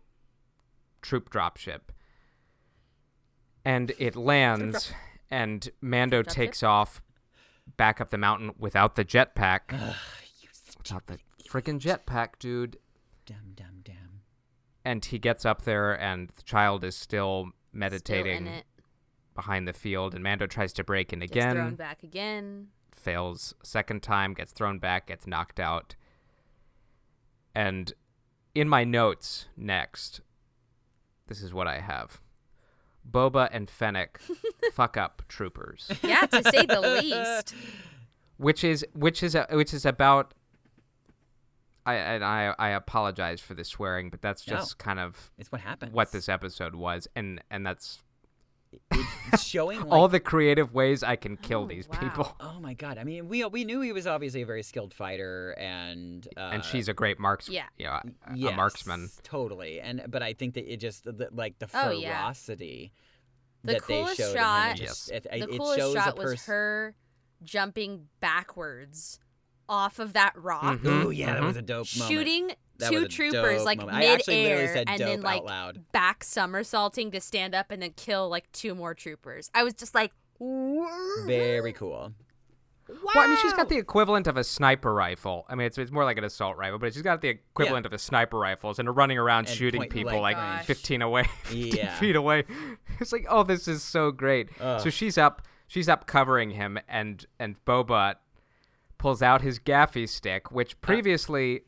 S2: troop dropship, and it lands, and Mando
S1: dropship?
S2: takes off back up the mountain without the jetpack, without the freaking jetpack, dude.
S3: Dum dum dum.
S2: And he gets up there, and the child is still
S1: Still in
S2: meditating
S1: it.
S2: behind the field, and Mando tries to break in
S1: Gets
S2: again.
S1: thrown back again.
S2: fails second time, gets thrown back, gets knocked out. And in my notes next, this is what I have. Boba and Fennec fuck up troopers,
S1: Yeah, to say the least.
S2: which is which is a, which is about. I and I I apologize for the swearing, but that's
S3: No.
S2: just kind of
S3: It's what happens.
S2: what this episode was, and and that's
S3: It's showing like,
S2: all the creative ways I can kill these
S1: wow.
S2: people.
S3: Oh my god! I mean, we we knew he was obviously a very skilled fighter, and uh,
S2: and she's a great marksman,
S1: yeah.
S2: you know, a- a,
S3: yes,
S2: marksman.
S3: totally. And but I think that it just the, like the
S1: Oh, yeah.
S3: ferocity
S1: The
S3: that
S1: coolest
S3: they showed. in him,
S1: shot-
S3: it just, it,
S1: the
S3: it
S1: coolest
S3: shows a
S1: shot was
S3: pers-
S1: her jumping backwards off of that rock,
S2: Mhm.
S3: Ooh, yeah, that was a dope moment.
S1: shooting
S3: That was
S1: two
S3: a
S1: troopers
S3: dope
S1: like
S3: moment. I actually literally
S1: midair,
S3: said
S1: and
S3: dope
S1: then
S3: out
S1: like
S3: loud.
S1: back somersaulting to stand up and then kill like two more troopers. I was just like,
S3: Very cool.
S2: Well, I mean, she's
S3: Oh.
S2: got the equivalent of a sniper rifle. I mean, it's, it's more like an assault rifle, but she's got the equivalent of a sniper rifle and running around
S3: And
S2: shooting
S3: point
S2: people like
S3: blank
S1: range.
S2: 15 away, 15
S3: Yeah.
S2: feet away. It's like, oh, this is so great. So she's up, she's up covering him, and and Boba pulls out his gaffy stick, which previously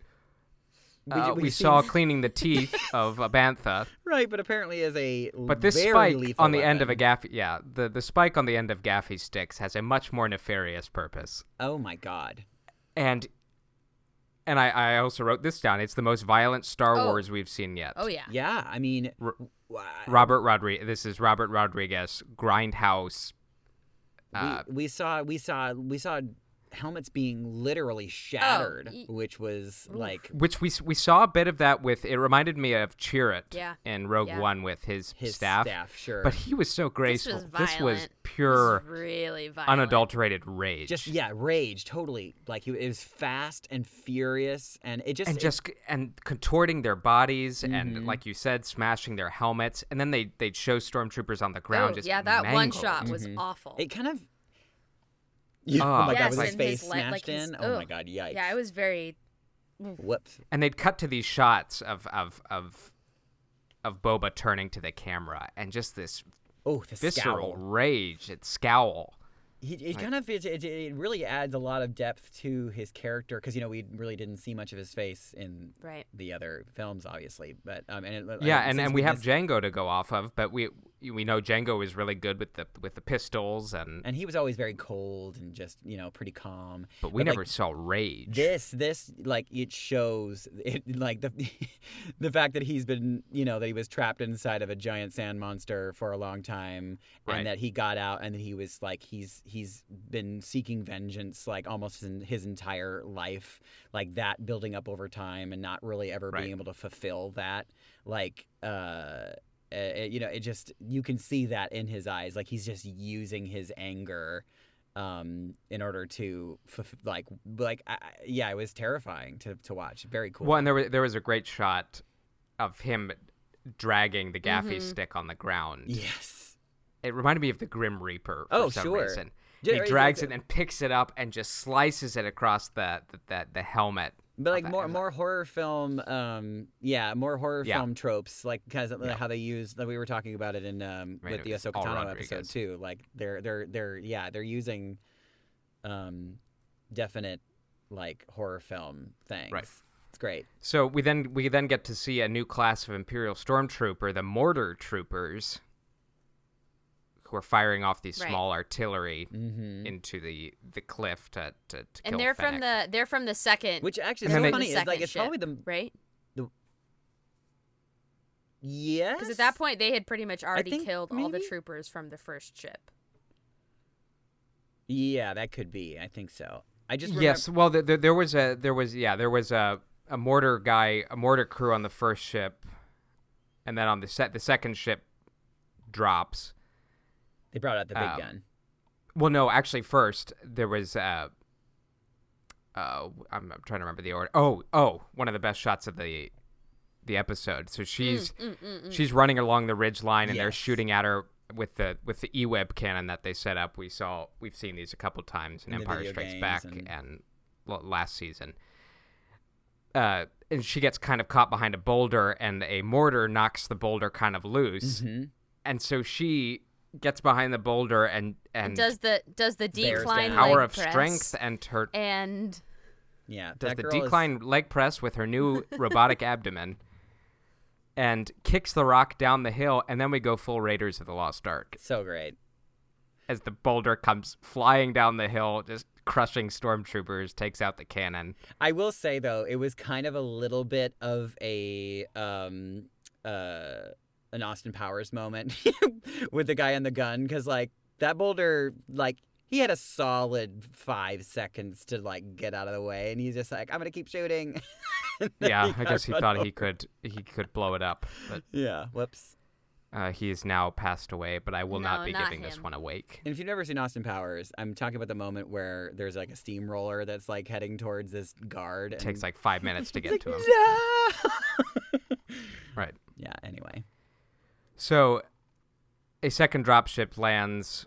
S2: uh, we
S3: we've
S2: saw
S3: seen-
S2: cleaning the teeth of a bantha.
S3: right, but apparently is a
S2: But this
S3: very
S2: spike
S3: lethal
S2: on the end of a
S3: weapon.
S2: gaffy, yeah, the, the spike on the end of gaffy sticks has a much more nefarious purpose.
S3: Oh my god!
S2: and and I, I also wrote this down. It's the most violent Star
S1: Oh.
S2: Wars we've seen yet.
S1: oh yeah,
S3: Yeah, I mean,
S2: R-
S3: wha-
S2: Robert Rodriguez. This is Robert Rodriguez Grindhouse. Uh,
S3: we, we saw we saw we saw helmets being literally shattered,
S1: Oh, y-
S3: which was like
S2: Which we s- we saw a bit of that with. It reminded me of Chirrut
S1: Yeah.
S2: in Rogue
S1: Yeah.
S2: One with his,
S3: his
S2: staff.
S3: sure.
S2: But he was so
S1: This
S2: graceful.
S1: was
S2: This
S1: violent.
S2: was, pure,
S1: really violent. Oh,
S2: unadulterated rage.
S3: just yeah, rage totally. Like he it was fast and furious, and it just
S2: and
S3: it- Mm-hmm.
S2: just c- and contorting their bodies and like you said smashing their helmets and then they they'd show stormtroopers on the
S1: Oh,
S2: ground just
S1: yeah, that one
S2: mangled.
S1: shot was awful.
S3: Mm-hmm. It kind of. Yeah,
S2: Ah.
S3: oh my
S2: Yes,
S3: god, was his
S2: and
S3: face
S1: le-
S3: smashed
S1: his-
S3: in? oh my
S1: ugh.
S3: god, yikes.
S1: Yeah, it was very.
S3: Whoops.
S2: and they'd cut to these shots of of of of Boba turning to the camera and just this
S3: Oh, the
S2: visceral
S3: scowl.
S2: rage and scowl.
S3: He, it kind of it, it, it really adds a lot of depth to his character because you know we really didn't see much of his face in
S1: Right.
S3: the other films, obviously. But um, and it,
S2: yeah,
S3: it
S2: and,
S3: seems
S2: and we have
S3: this-
S2: Django to go off of, but we we know Django is really good with the with the pistols and
S3: and he was always very cold and just you know pretty calm.
S2: but we
S3: like,
S2: never saw rage.
S3: This, this, like it shows, it like the, the fact that he's been, you know, that he was trapped inside of a giant sand monster for a long time,
S2: Right.
S3: and that he got out, and that he was like, he's he's been seeking vengeance, like almost in his entire life, like that building up over time, and not really ever
S2: Right.
S3: being able to fulfill that, like. uh uh, you know, it just you can see that in his eyes. Like he's just using his anger um, in order to f- like like I, I- yeah, it was terrifying to, to watch. Very cool.
S2: Well, and there was there was a great shot of him dragging the gaffy
S3: Mm-hmm.
S2: stick on the ground.
S3: yes,
S2: It reminded me of the Grim Reaper. For
S3: Oh,
S2: some
S3: sure.
S2: Reason.
S3: Yeah,
S2: he
S3: right,
S2: drags
S3: it's-
S2: it and picks it up and just slices it across the the, the, the helmet.
S3: but
S2: of
S3: like
S2: the-
S3: more
S2: and
S3: more horror film, um, yeah, more horror
S2: Yeah.
S3: film tropes, like because of how they use that we were talking about it in um,
S2: Right,
S3: with the
S2: it's
S3: Ahsoka
S2: all
S3: Tano episode
S2: Rodriguez.
S3: too. Like they're they're they're yeah they're using um, definite like horror film things. It's great.
S2: So we then we then get to see a new class of Imperial stormtrooper, the mortar troopers, who are firing off these
S1: Right.
S2: small artillery
S3: Mm-hmm.
S2: into the the cliff to to, to
S1: And
S2: kill
S1: they're from
S2: Fennec.
S1: the they're from the second.
S3: Which actually is
S2: And then
S3: so
S2: they-
S1: from the
S3: funny. It's like
S1: second
S3: it's probably
S1: ship,
S3: the
S1: right
S3: yes.
S1: because at that point they had pretty much already
S3: think
S1: killed all the
S3: maybe?
S1: troopers from the first ship.
S3: Yeah, that could be. I think so. I just remem-
S2: yes. Well, there, there, there was a there was yeah there was a a mortar guy a mortar crew on the first ship, and then on the set the second ship drops.
S3: They brought out the big
S2: Um,
S3: gun.
S2: Well, no, actually, first there was. Uh, uh, I'm, I'm trying to remember the order. Oh, oh, one of the best shots of the the episode. So she's
S1: Mm,
S2: she's running along the ridge line, and they're
S3: Mm, Yes.
S2: shooting at her with the with the e web cannon that they set up. We saw we've seen these a couple times in,
S3: In the
S2: Empire
S3: video
S2: Strikes
S3: games
S2: Back and,
S3: and-
S2: l- last season. Uh, and she gets kind of caught behind a boulder, and a mortar knocks the boulder kind of loose,
S3: Mm-hmm.
S2: and so she gets behind the boulder and and
S1: Does the does the
S3: There's
S1: decline
S3: that.
S1: leg
S2: power of
S1: press
S2: strength and her
S1: and
S3: Yeah.
S2: does
S3: that
S2: the
S3: girl is-
S2: decline leg press with her new robotic abdomen and kicks the rock down the hill and then we go full raiders of the lost ark
S3: so great.
S2: as the boulder comes flying down the hill just crushing stormtroopers takes out the cannon
S3: I will say though, it was kind of a little bit of a um uh an Austin Powers moment with the guy and the gun because like that boulder like he had a solid five seconds to like get out of the way and he's just like I'm gonna keep shooting. And then
S2: yeah i
S3: got
S2: guess he
S3: run
S2: thought
S3: over.
S2: he could he could blow it up but
S3: Yeah. Whoops.
S2: uh, he is now passed away but i will
S1: No,
S2: not be
S1: not
S2: giving this
S1: him.
S2: one awake
S3: And if you've never seen Austin Powers, I'm talking about the moment where there's like a steamroller that's like heading towards this guard.
S2: it
S3: And
S2: takes like five minutes to get to him
S3: No!
S2: right
S3: yeah. Anyway,
S2: So, a second dropship lands,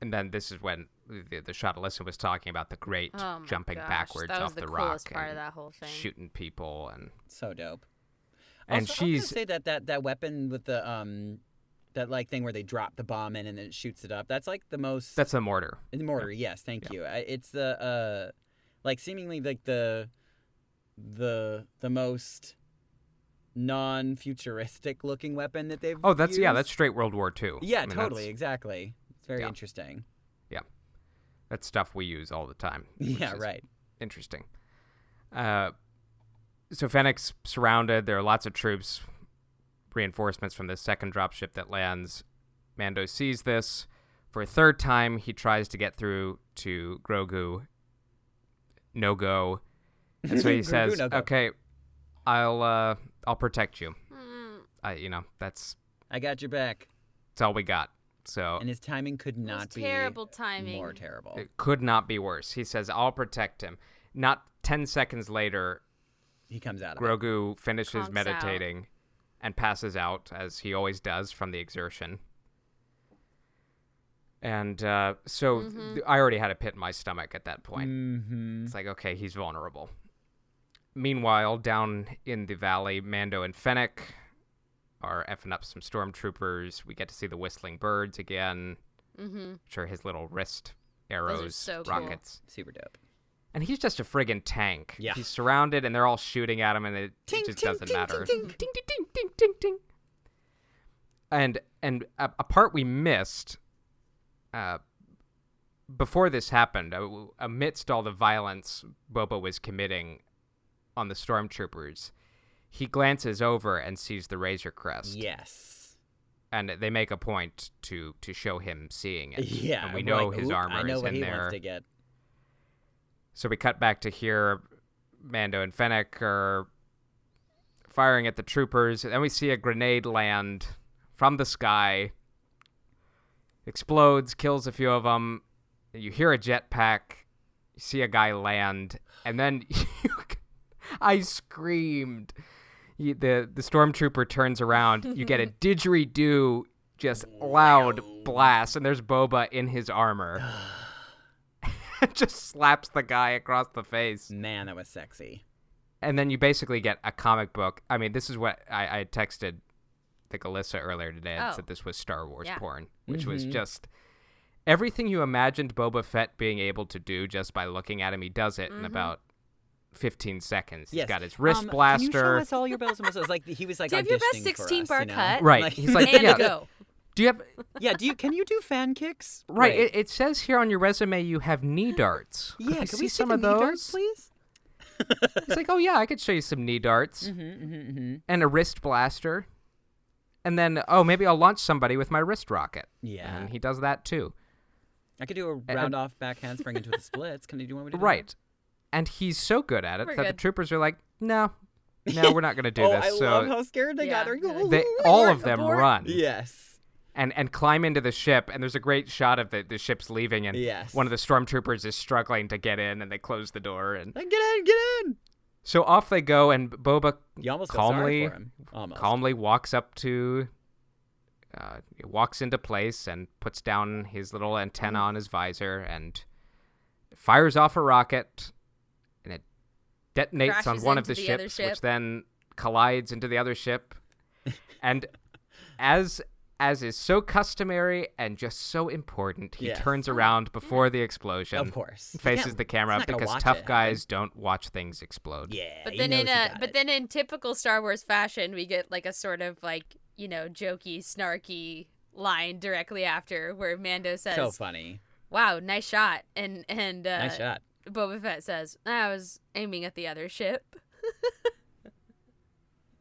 S2: and then this is when the, the shot Alyssa was talking about the great
S1: oh my
S2: jumping
S1: gosh,
S2: backwards
S1: that was
S2: off
S1: the,
S2: the, rock
S1: coolest part of
S2: and
S1: that whole thing.
S2: shooting people, and
S3: so dope.
S2: and
S3: Also, I was gonna
S2: she's
S3: say that that that weapon with the um, that like thing where they drop the bomb in and then it shoots it up. That's like the most
S2: that's a mortar.
S3: the mortar. Yes, thank you. I, it's the uh, like seemingly like the the the most non-futuristic looking weapon that they've.
S2: Oh, that's yeah,
S3: used.
S2: that's straight World War II.
S3: Yeah,
S2: I mean, that's-
S3: totally, exactly. It's very
S2: Yeah.
S3: interesting.
S2: That's stuff we use all the time. which
S3: Yeah,
S2: is
S3: right.
S2: Interesting. Uh, so Fennec's surrounded. There are lots of troops, reinforcements from the second dropship that lands. Mando sees this. For a third time, he tries to get through to Grogu no go. And so he says,
S3: no go.
S2: "Okay, I'll uh, I'll protect you." I, you know, that's
S3: I got your back.
S2: that's all we got. So
S3: And his timing could
S1: It was
S3: not be
S1: terrible timing.
S3: more terrible.
S2: Oh. it could not be worse. He says, "I'll protect him." Not ten seconds later,
S3: He comes out of it.
S2: Grogu finishes
S1: Conks out.
S2: meditating and passes out, as he always does from the exertion. And uh, so th-
S1: Mm-hmm.
S2: I already had a pit in my stomach at that point.
S3: Mm-hmm.
S2: It's like, okay, he's vulnerable. Meanwhile, down in the valley, Mando and Fennec are effing up some stormtroopers. We get to see the whistling birds again.
S1: Mm-hmm.
S2: Sure, his little wrist arrows,
S1: so cool.
S2: rockets.
S3: Super dope.
S2: And he's just a friggin' tank.
S3: Yeah.
S2: He's surrounded and they're all shooting at him and it, it
S3: Tink,
S2: just
S3: tink,
S2: doesn't
S3: tink,
S2: matter.
S3: tink, tink.
S2: ding, ding, ding, ding, ding. And and a, a part we missed uh, before this happened, uh, amidst all the violence Boba was committing on the stormtroopers, he glances over and sees the Razor Crest.
S3: Yes.
S2: And they make a point to to show him seeing it.
S3: Yeah.
S2: And we
S3: we're
S2: know
S3: like,
S2: his
S3: "Oop,
S2: armor
S3: I know
S2: is
S3: what
S2: in
S3: he
S2: there.
S3: Wants to get.
S2: So we cut back to here. Mando and Fennec are firing at the troopers. And then we see a grenade land from the sky, explodes, kills a few of them. You hear a jetpack, you see a guy land, and then you, I screamed. You, the the stormtrooper turns around. You get a didgeridoo, just loud blast, and there's Boba in his armor. just slaps the guy across the face.
S3: Man, that was sexy.
S2: And then you basically get a comic book. I mean, this is what I, I texted I think Alyssa earlier today and
S1: Oh.
S2: said this was Star Wars
S1: Yeah.
S2: porn, which was
S3: Mm-hmm.
S2: just everything you imagined Boba Fett being able to do just by looking at him. He does it in about 15 seconds.
S3: yes.
S2: He's got his wrist
S3: Mm-hmm. Um,
S2: blaster.
S3: Can you show us all your bells and whistles? Like he was like
S1: Do you have your best
S3: auditioning for
S1: 16
S3: us,
S1: bar
S3: you know?
S1: cut?
S2: Right.
S3: Like-
S2: He's like,
S1: And
S2: yeah.
S1: go.
S2: Do you have
S3: yeah. Do you can you do fan kicks?
S2: right? It, it says here on your resume you have knee darts. Could
S3: yeah. Can
S2: see
S3: we see
S2: some
S3: the
S2: of
S3: knee
S2: those?
S3: darts, please?
S2: He's like, oh yeah, I could show you some knee darts
S3: Mm-hmm,
S2: and a wrist blaster, and then oh maybe I'll launch somebody with my wrist rocket.
S3: Yeah.
S2: and he does that too.
S3: I could do a round off back handspring into the splits. Can you do one? We do that?
S2: Right, and he's so good at it
S1: We're
S2: that the
S1: good.
S2: troopers are like, no, no, we're not gonna do
S3: oh,
S2: this.
S3: I
S2: so
S3: love how scared they
S1: Yeah.
S3: got. They're
S1: Yeah.
S2: they
S3: like,
S2: all of them
S1: abort.
S2: run.
S3: Yes.
S2: and and climb into the ship and there's a great shot of the, the ship's leaving and
S3: Yes.
S2: one of the stormtroopers is struggling to get in and they close the door and
S3: Like, get in, get in.
S2: so off they go and boba
S3: You almost feel
S2: calmly
S3: sorry for him. Almost.
S2: calmly walks up to uh, walks into place and puts down his little antenna
S1: Mm.
S2: on his visor and fires off a rocket and it detonates on
S1: Crashes
S2: one of the,
S1: into the other
S2: ships
S1: ship.
S2: which then collides into the other ship and as as is so customary and just so important he
S3: Yes.
S1: Hmm.
S2: turns around before the explosion
S3: Of course.
S2: faces
S3: Yeah,
S2: the camera
S3: he's not gonna
S2: because
S3: watch
S2: tough
S3: it.
S2: guys don't watch things explode
S3: Yeah.
S1: But
S3: he
S1: then
S3: knows
S1: in
S3: he
S1: a
S3: got
S1: but
S3: it.
S1: then in typical Star Wars fashion, we get like a sort of like you know jokey, snarky line directly after where Mando says,
S3: so funny.
S1: "Wow, nice shot," and and uh,
S3: Nice shot.
S1: Boba Fett says, "I was aiming at the other ship."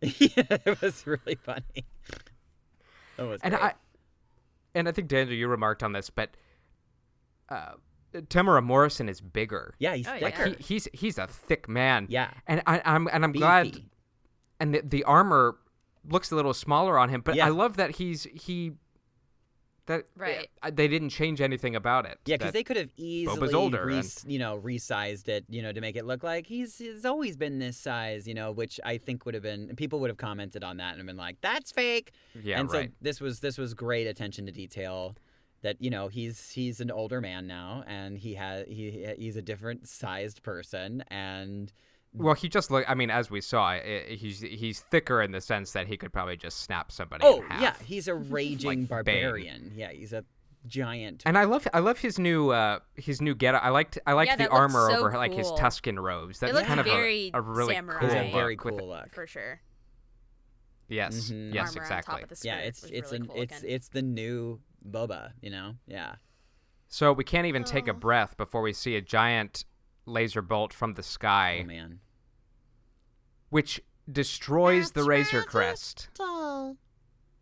S3: yeah, it was really funny. That was
S2: and
S3: great.
S2: I and I think Daniel, you remarked on this, but uh, Tamara Morrison is bigger.
S3: yeah, he's
S1: Oh, yeah.
S2: like
S3: thicker.
S2: he, he's he's a thick man.
S3: Yeah.
S2: and I, I'm and I'm glad.
S3: Beefy.
S2: And the, the armor looks a little smaller on him, but
S3: Yeah.
S2: I love that he's he that
S1: Right.
S2: uh, They didn't change anything about it.
S3: Yeah, because
S2: That-
S3: they could have easily,
S2: older
S3: re-
S2: and-
S3: you know, resized it, you know, to make it look like he's, he's always been this size, you know, which I think would have been people would have commented on that and been like, "That's fake."
S2: yeah
S3: and
S2: right.
S3: so this was this was great attention to detail. That you know he's he's an older man now, and he has he he's a different sized person, and
S2: well, he just look. I mean, as we saw, i he's he's thicker in the sense that he could probably just snap somebody.
S3: oh
S2: in half.
S3: yeah, he's a raging
S2: Like Bane.
S3: barbarian. Yeah, he's a giant.
S2: And I love I love his new uh his new get I liked I liked
S1: Yeah,
S2: the
S1: that looks
S2: armor
S1: so
S2: over like his
S1: cool.
S2: Tuscan robes. That's
S1: looked
S2: kind of
S1: very
S2: a, a really
S1: samurai.
S2: cool
S3: He's a
S2: look
S3: very
S2: with-
S3: cool look.
S1: For sure.
S2: Yes.
S3: Mhm.
S2: Yes,
S1: Armor
S2: exactly.
S1: on top of the skirt
S3: Yeah, it's
S1: was
S3: it's
S1: really
S3: an,
S1: cool
S3: it's
S1: looking.
S3: it's the new Boba. You know, yeah.
S2: So we can't even take a breath before we see a giant laser bolt from the
S3: Oh
S2: sky
S3: man.
S2: which destroys the razor crest.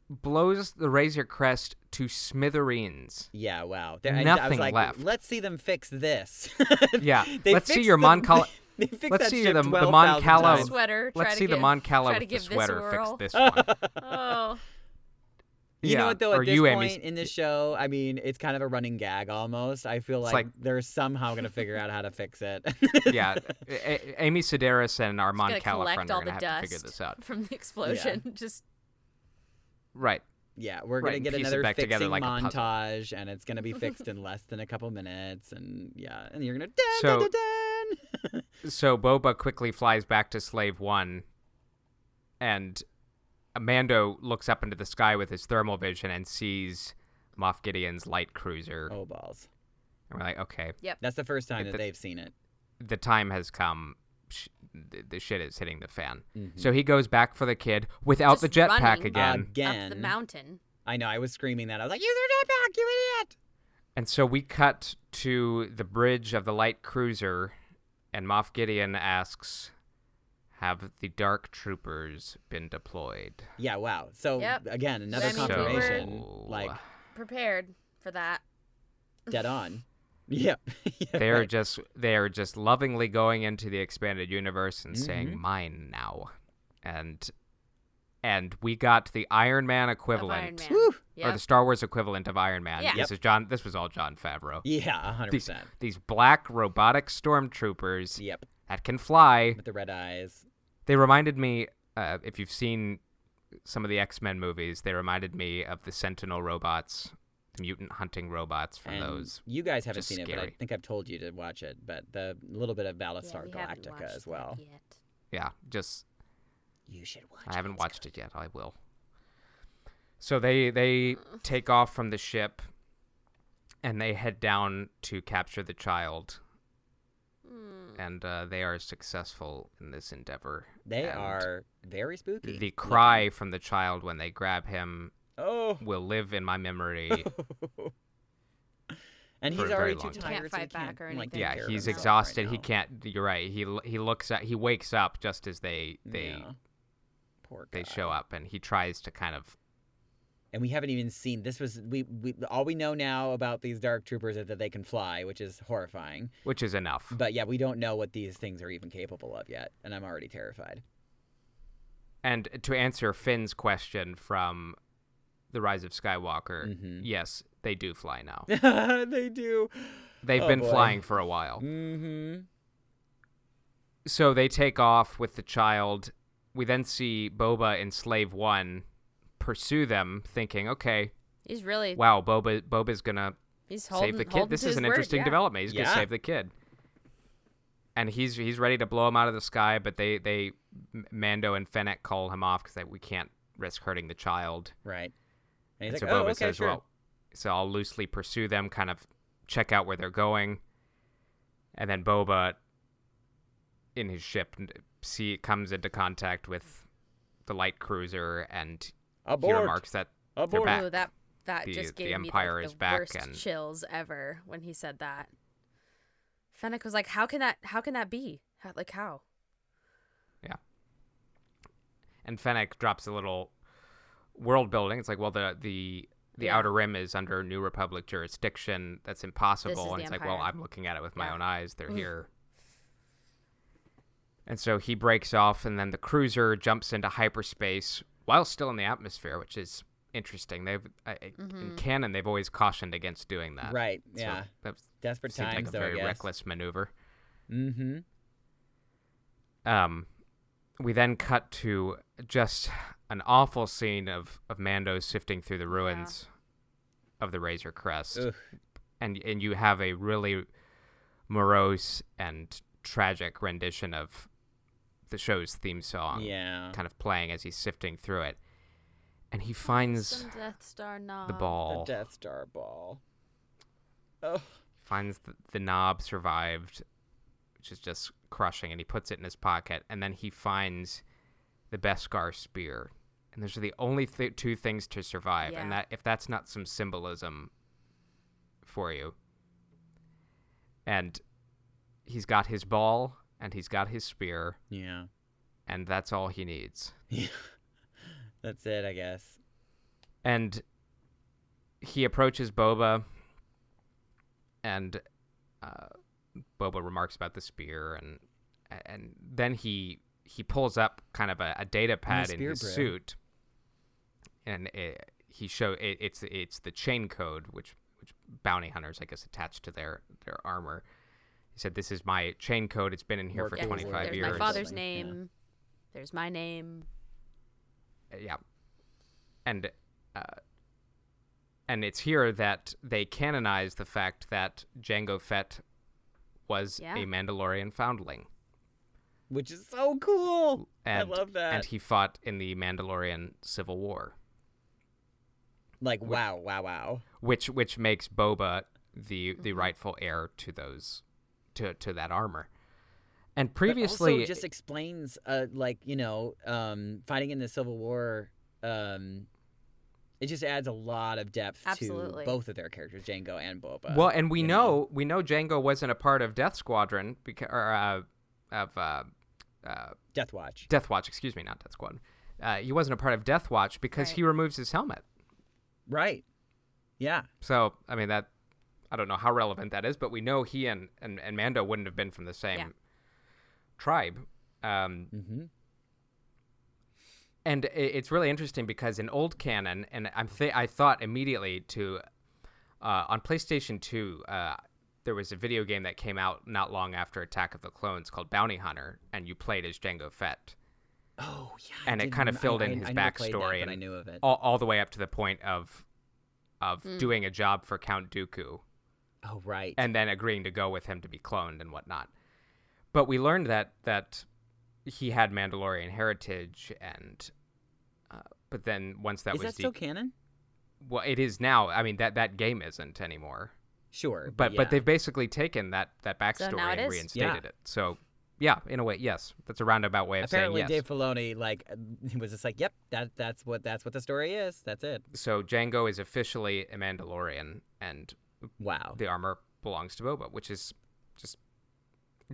S2: blows the Razor Crest to smithereens.
S3: Yeah, wow. There, I- I was
S2: Nothing
S3: like,
S2: left.
S3: Let's see them fix this.
S2: Yeah.
S3: They
S2: Let's see
S3: fixed
S2: your
S3: the-
S2: Mon Cala-
S3: they fixed
S2: let's
S3: that
S2: see
S3: ship
S2: the- the Mon
S3: 12,000
S2: Cala-
S3: times.
S1: sweater. try
S2: Let's
S1: to
S2: see the
S1: give-
S2: Mon
S1: try
S2: Cala with
S1: to
S2: the
S1: give this a
S2: sweater fix
S1: whirl.
S2: this one.
S1: Oh,
S3: You
S2: Yeah,
S3: know what though?
S2: or
S3: At this
S2: you, Amy.
S3: point in this show, I mean, it's kind of a running gag almost. I feel like,
S2: like-
S3: they're somehow gonna figure out how to fix it.
S2: yeah, A- A- Amy Sedaris and Armand
S1: gonna collect
S2: Califron
S1: all
S2: are
S1: the
S2: gonna have
S1: dust
S2: to figure this out.
S1: from the explosion. Just
S2: Right.
S3: yeah, we're
S2: Right,
S3: gonna
S2: and
S3: get
S2: piece it
S3: another
S2: back
S3: fixing
S2: together like a puzzle.
S3: montage, and it's gonna be fixed in less than a couple minutes, and yeah, and you're gonna
S2: So-
S3: dun, dun, dun, dun.
S2: So Boba quickly flies back to Slave One, and Amando looks up into the sky with his thermal vision and sees Moff Gideon's light cruiser.
S3: oh balls!
S2: And we're like, okay,
S3: That's the first time
S2: It-
S3: that
S2: that-
S3: they've seen it.
S2: the time has come. Sh- the, the shit is hitting the fan.
S3: Mm-hmm.
S2: Mm-hmm. So he goes back for the kid without the
S1: Just
S2: jetpack
S1: running.
S2: again.
S3: Again,
S1: up the mountain.
S3: I know. I was screaming that. I was like, "Use your jetpack, you idiot!"
S2: And so we cut to the bridge of the light cruiser, and Moff Gideon asks, "Have the dark troopers been deployed?"
S3: Yeah, wow. So
S1: Yep.
S3: again, another
S1: I mean, we
S3: confirmation,
S2: were-
S3: like
S1: Prepared for that.
S3: dead on. Yep. Yeah,
S2: They're
S3: right.
S2: just they are just lovingly going into the expanded universe and saying, "Mine now," and and we got the Iron Man
S1: Of Iron
S2: equivalent.
S1: Man.
S3: Woo.
S2: Or
S1: Yep.
S2: the Star Wars equivalent of Iron Man.
S1: Yeah.
S2: This is John. This was all John Favreau.
S3: Yeah, hundred
S2: These,
S3: percent.
S2: these black robotic stormtroopers
S3: Yep,
S2: that can fly.
S3: with the red eyes.
S2: They reminded me, uh, if you've seen some of the X Men movies, they reminded me of the Sentinel robots, the mutant hunting robots from
S3: And
S2: those.
S3: you guys haven't
S2: just
S3: seen it, but I
S2: scary.
S3: think I've told you to watch it. But the little bit of
S1: Yeah,
S3: Battlestar
S1: we haven't watched
S3: Galactica as
S1: that
S3: well.
S1: yet.
S2: Yeah, just
S3: You should watch.
S2: I haven't watched it yet. I will. So they they take off from the ship, and they head down to capture the child,
S3: Hmm.
S2: and uh, they are successful in this endeavor.
S3: They
S2: and
S3: are very spooky.
S2: The cry from the child when they grab him
S3: Oh,
S2: will live in my memory.
S3: and
S2: For
S3: he's
S2: a very
S3: already
S2: long
S3: too
S2: time.
S1: Can't
S3: tired. so he
S1: fight back or
S3: like, take
S2: yeah,
S3: care of
S2: he's
S3: himself right
S2: exhausted. he
S3: now.
S2: can't. You're right. He l- he looks at he wakes up just as they they
S3: Yeah. Poor
S2: they
S3: guy.
S2: show up, and he tries to kind of
S3: and we haven't even seen this was we, we all we know now about these dark troopers is that they can fly which is horrifying
S2: which is enough.
S3: but yeah we don't know what these things are even capable of yet and i'm already terrified
S2: And to answer Finn's question from The Rise of Skywalker,
S3: Mm-hmm.
S2: yes, they do fly now.
S3: they do
S2: They've
S3: Oh,
S2: been
S3: boy.
S2: flying for a while.
S3: mm-hmm
S2: So they take off with the child. We then see Boba and Slave One pursue them, thinking, okay,
S1: He's really
S2: wow, Boba Boba's going to
S1: he's holding,
S2: save the kid.
S1: holding
S2: This
S1: to
S2: is
S1: his
S2: an
S1: word,
S2: interesting
S1: yeah.
S2: development. He's
S3: Yeah.
S2: gonna save the kid, and he's he's ready to blow him out of the sky. But they they M- Mando and Fennec call him off because we can't risk hurting the child.
S3: right and
S2: And
S3: he's
S2: so
S3: like oh
S2: Boba
S3: okay
S2: says,
S3: sure
S2: "Well, so I'll loosely pursue them, kind of check out where they're going," and then Boba, in his ship, n- see comes into contact with the light cruiser, and he
S3: abort
S2: remarks that they're
S3: Abort.
S2: back.
S1: Ooh, that that
S2: The-
S1: just
S2: the
S1: gave
S2: Empire
S1: me like,
S2: is
S1: the
S2: back
S1: worst
S2: and-
S1: chills ever when he said that. Fennec was like, "How can that? How can that be? How, like how?"
S2: and Fennec drops a little world building. It's like, well, the the the
S1: Yeah.
S2: Outer Rim is under New Republic jurisdiction. That's impossible.
S1: is
S2: and
S1: the
S2: it's like, well,
S1: Empire.
S2: I'm looking at it with my
S1: Yeah. Mm.
S2: own eyes. They're
S1: Oof.
S2: here. And so he breaks off, and then the cruiser jumps into hyperspace while still in the atmosphere, which is interesting. They've I I-
S1: Mm-hmm.
S2: in canon they've always cautioned against doing that.
S3: right
S2: So
S3: yeah
S2: that
S3: desperate
S2: seems like
S3: times
S2: a
S3: though
S2: very
S3: I guess.
S2: reckless maneuver.
S3: mm-hmm
S2: um, we then cut to just an awful scene of, of Mando sifting through the ruins of the Razor Crest,
S3: Ugh.
S2: and and you have a really morose and tragic rendition of the show's theme song,
S3: yeah
S2: kind of playing as he's sifting through it, and he finds
S1: Some uh, Death Star knob.
S2: the ball,
S3: the death star ball oh
S2: finds the, the knob survived, which is just crushing, and he puts it in his pocket, and then he finds the Beskar spear, and those are the only th- two things to survive, and
S1: Yeah.
S2: that if that's not some symbolism for you, and he's got his ball and he's got his spear,
S3: yeah
S2: and that's all he needs.
S3: that's it i guess
S2: and he approaches Boba, and uh, Boba remarks about the spear, and and then he he pulls up kind of a, a data pad in
S3: spear
S2: his
S3: bro.
S2: suit, and it, he show it, it's it's the chain code which which bounty hunters I guess attach to their their armor. He said, "This is my chain code. It's been in here
S3: More
S2: for
S3: Yeah,
S1: there's
S2: 25
S1: there's
S2: years."
S1: my father's
S3: Something, yeah.
S1: name. There's my name.
S2: yeah and uh, and it's here that they canonize the fact that Django Fett was
S1: Yeah.
S2: a Mandalorian foundling
S3: which is so cool.
S2: and
S3: I love that.
S2: and he fought in the Mandalorian Civil War
S3: like wow, wow, wow.
S2: which which makes Boba the the rightful heir to those to to that armor and previously
S3: also just explains uh, like you know um, fighting in the civil war um, it just adds a lot of depth
S1: Absolutely.
S3: to both of their characters django and boba
S2: Well, and we
S3: you
S2: know,
S3: know.
S2: we know Django wasn't a part of Death Squadron because or, uh, of uh, uh,
S3: death watch
S2: Death Watch, excuse me, not Death Squad. Uh, he wasn't a part of Death Watch because
S1: Right.
S2: he removes his helmet.
S3: right yeah
S2: So I mean that I don't know how relevant that is, but we know he and and, and Mando wouldn't have been from the same
S1: Yeah.
S2: tribe. Um,
S3: mm-hmm.
S2: and i- it's really interesting because in old canon, and I'm th- I thought immediately to uh, on PlayStation Two, uh, there was a video game that came out not long after Attack of the Clones called Bounty Hunter, and you played as Django Fett.
S3: oh yeah I
S2: and it
S3: didn't
S2: kind of
S3: rem-
S2: filled
S3: I,
S2: in
S3: I-
S2: his
S3: I never played that,
S2: backstory
S3: but
S2: and
S3: i knew of it
S2: all, all the way up to the point of of
S3: Mm.
S2: doing a job for Count Dooku
S3: oh right
S2: and then agreeing to go with him to be cloned and whatnot. But we learned that that he had Mandalorian heritage and uh, but then once that
S3: Is
S2: was
S3: that still
S2: de-
S3: canon
S2: well it is now. I mean that that game isn't anymore.
S3: sure
S2: But but
S3: yeah.
S2: they've basically taken that that backstory
S1: now it
S2: and
S1: is?
S2: reinstated
S3: Yeah.
S2: it. So yeah, in a way, yes. That's a roundabout way of
S3: apparently
S2: saying yes.
S3: dave filoni like was just like yep that that's what that's what the story is that's it
S2: so Django is officially a Mandalorian and
S3: wow
S2: the armor belongs to Boba, which is just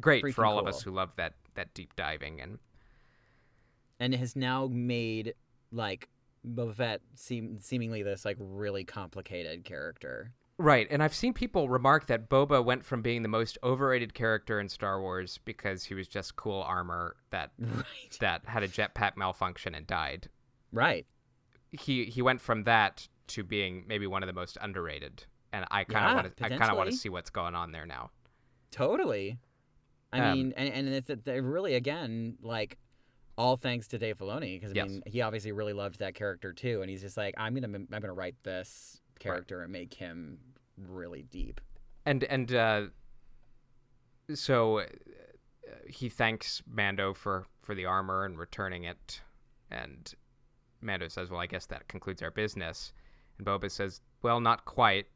S2: great for
S3: Freaking
S2: all of us who
S3: cool.
S2: love that that deep diving and
S3: and has now made like Boba Fett seem seemingly this like really complicated character.
S2: right. And I've seen people remark that Boba went from being the most overrated character in Star Wars because he was just cool armor that
S3: Right.
S2: that had a jetpack malfunction and died.
S3: Right.
S2: He he went from that to being maybe one of the most underrated. And I kind of
S3: Yeah,
S2: want to I kind of want
S3: potentially.
S2: to see what's going on there now.
S3: Totally. I
S2: Um,
S3: mean, and and it's it- they're really again like all thanks to Dave Filoni because I
S2: Yes.
S3: mean he obviously really loved that character too, and he's just like I'm gonna I'm gonna write this character and make him really deep.
S2: and and uh, so uh, he thanks Mando for for the armor and returning it, and Mando says, "Well, I guess that concludes our business." And Boba says, "Well, not quite.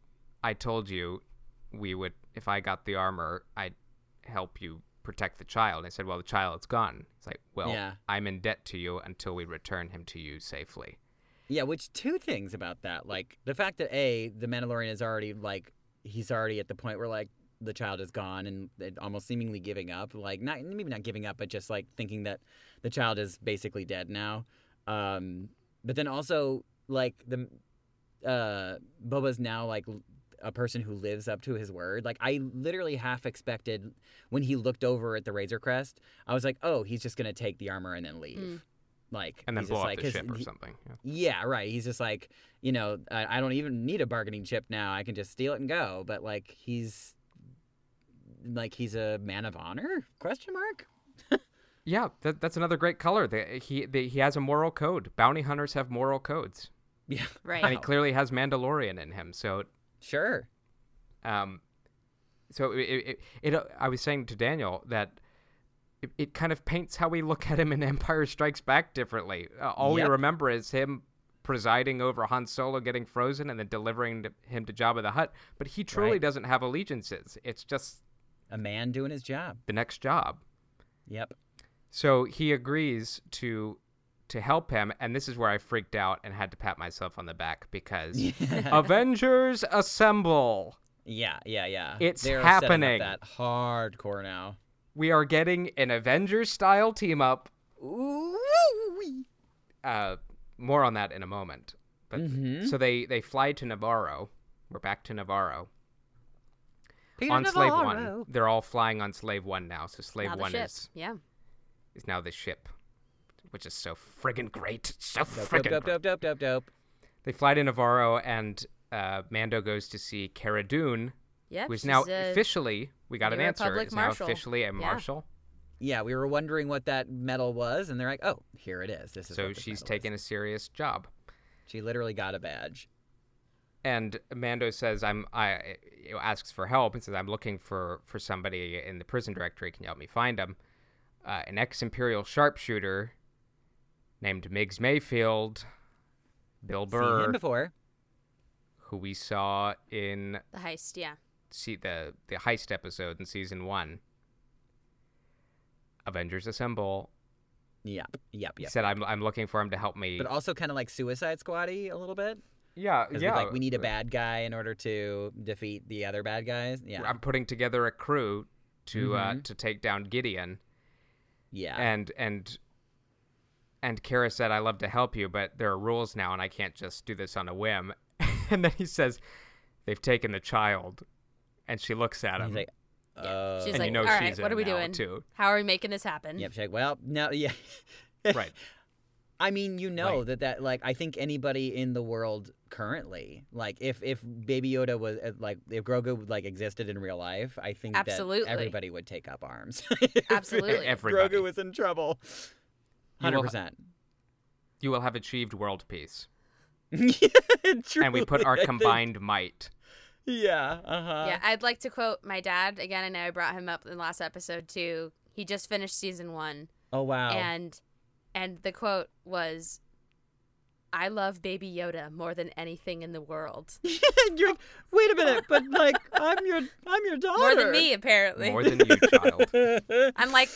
S2: I told you we would. If I got the armor, I'd help you protect the child." And I said, "Well, the child's gone." It's like, "Well,
S3: Yeah.
S2: I'm in debt to you until we return him to you safely."
S3: Yeah, which two things about that? Like the fact that a the Mandalorian is already like he's already at the point where like the child is gone and it almost seemingly giving up. Like not maybe not giving up, but just like thinking that the child is basically dead now. Um, but then also like the uh, Boba's now like l- a person who lives up to his word. Like I literally half expected when he looked over at the Razor Crest, I was like, oh, he's just gonna take the armor and then leave.
S1: Mm.
S3: Like
S2: And then
S3: he's
S2: blow
S3: just
S2: up
S3: like,
S2: the
S3: 'cause
S2: ship or
S3: he-
S2: something. Yeah.
S3: yeah, right. He's just like, you know, I, I don't even need a bargaining chip now. I can just steal it and go. But like, he's like he's a man of honor? Question mark.
S2: Yeah, that, that's another great color. The, he the, he has a moral code. Bounty hunters have moral codes,
S3: Yeah,
S2: and he
S1: Right.
S3: Wow.
S2: clearly has Mandalorian in him. So,
S3: sure.
S2: um, so it, it, it, it I was saying to Daniel that it, it kind of paints how we look at him in Empire Strikes Back differently. Uh, all
S3: Yep.
S2: we remember is him presiding over Han Solo getting frozen and then delivering to, him to Jabba the Hutt. But he truly
S3: Right.
S2: doesn't have allegiances. It's just
S3: A man doing his job.
S2: the next job.
S3: Yep.
S2: So he agrees to to help him, and this is where I freaked out and had to pat myself on the back because Avengers assemble.
S3: Yeah, yeah, yeah.
S2: It's
S3: They're
S2: happening.
S3: Setting up that hardcore now.
S2: We are getting an Avengers style team up.
S3: Ooh.
S2: Uh, more on that in a moment. But so they they fly to Navarro. We're back to Navarro
S3: Peter
S2: on Slave One.
S3: Navarro.
S2: They're all flying on Slave One now. So Slave
S1: Now the
S2: One
S1: ship.
S2: is
S1: Yeah.
S2: is now the ship, which is so friggin' great. So
S3: Dope,
S2: friggin'
S3: dope, dope,
S2: great.
S3: dope, dope, dope, dope.
S2: They fly to Navarro, and uh, Mando goes to see Cara Dune,
S1: Yep.
S2: who is
S1: she's
S2: now
S1: a-
S2: officially we got an
S1: New
S2: answer.
S1: Republic
S2: Is
S1: marshal.
S2: now officially a
S1: Yeah.
S2: marshal.
S3: Yeah, we were wondering what that medal was, and they're like, "Oh, here it is. This is."
S2: So
S3: what this
S2: she's
S3: medal is."
S2: taken a serious job.
S3: She literally got a badge.
S2: and Mando says, "I'm I you know, asks for help and says I'm looking for for somebody in the prison directory. Can you help me find him?" Uh, an ex-imperial sharpshooter named Miggs Mayfield, Bill
S3: Seen him
S2: Burr,
S3: before.
S2: who we saw in
S1: The heist, yeah.
S2: see the the heist episode in season one. Avengers Assemble.
S3: Yep, yep,
S2: He
S3: yep.
S2: said, "I'm I'm looking for him to help me."
S3: But also kind of like Suicide Squady a little bit.
S2: yeah,
S3: 'Cause we're Like we need a bad guy in order to defeat the other bad guys. Yeah.
S2: I'm putting together a crew to
S1: Mm-hmm.
S2: uh, to take down Gideon.
S1: Ah.
S3: yeah.
S2: and and and Kara said, "I love to help you, but there are rules now, and I can't just do this on a whim." and then he says, "They've taken the child," and she looks at him,
S3: He's like, oh.
S1: She's
S2: and
S1: like, "Mm."
S2: you know
S1: all right,
S2: she's
S1: what
S2: in
S1: are we
S2: now,
S1: doing?
S2: too."
S1: How are we making this happen?
S3: Yep. She's like, well, no, yeah.
S2: right?
S3: I mean, you know
S2: Right.
S3: that that like I think anybody in the world currently, like if if Baby Yoda was uh, like if Grogu like existed in real life, I think
S1: Absolutely.
S3: that everybody would take up arms. If
S1: Absolutely.
S2: Everybody.
S3: Grogu was in trouble.
S2: You
S3: Hundred
S2: will-
S3: percent.
S2: You will have achieved world peace,
S3: And
S2: and we put our combined might.
S3: Yeah. Uh huh.
S1: yeah, I'd like to quote my dad again. I know I brought him up in the last episode too. He just finished season one,
S3: Oh wow.
S1: and and the quote was, "I love Baby Yoda more than anything in the world,
S3: You're like, wait a minute, but like I'm your I'm your daughter.
S1: more than me apparently."
S2: More than you, child.
S1: I'm like,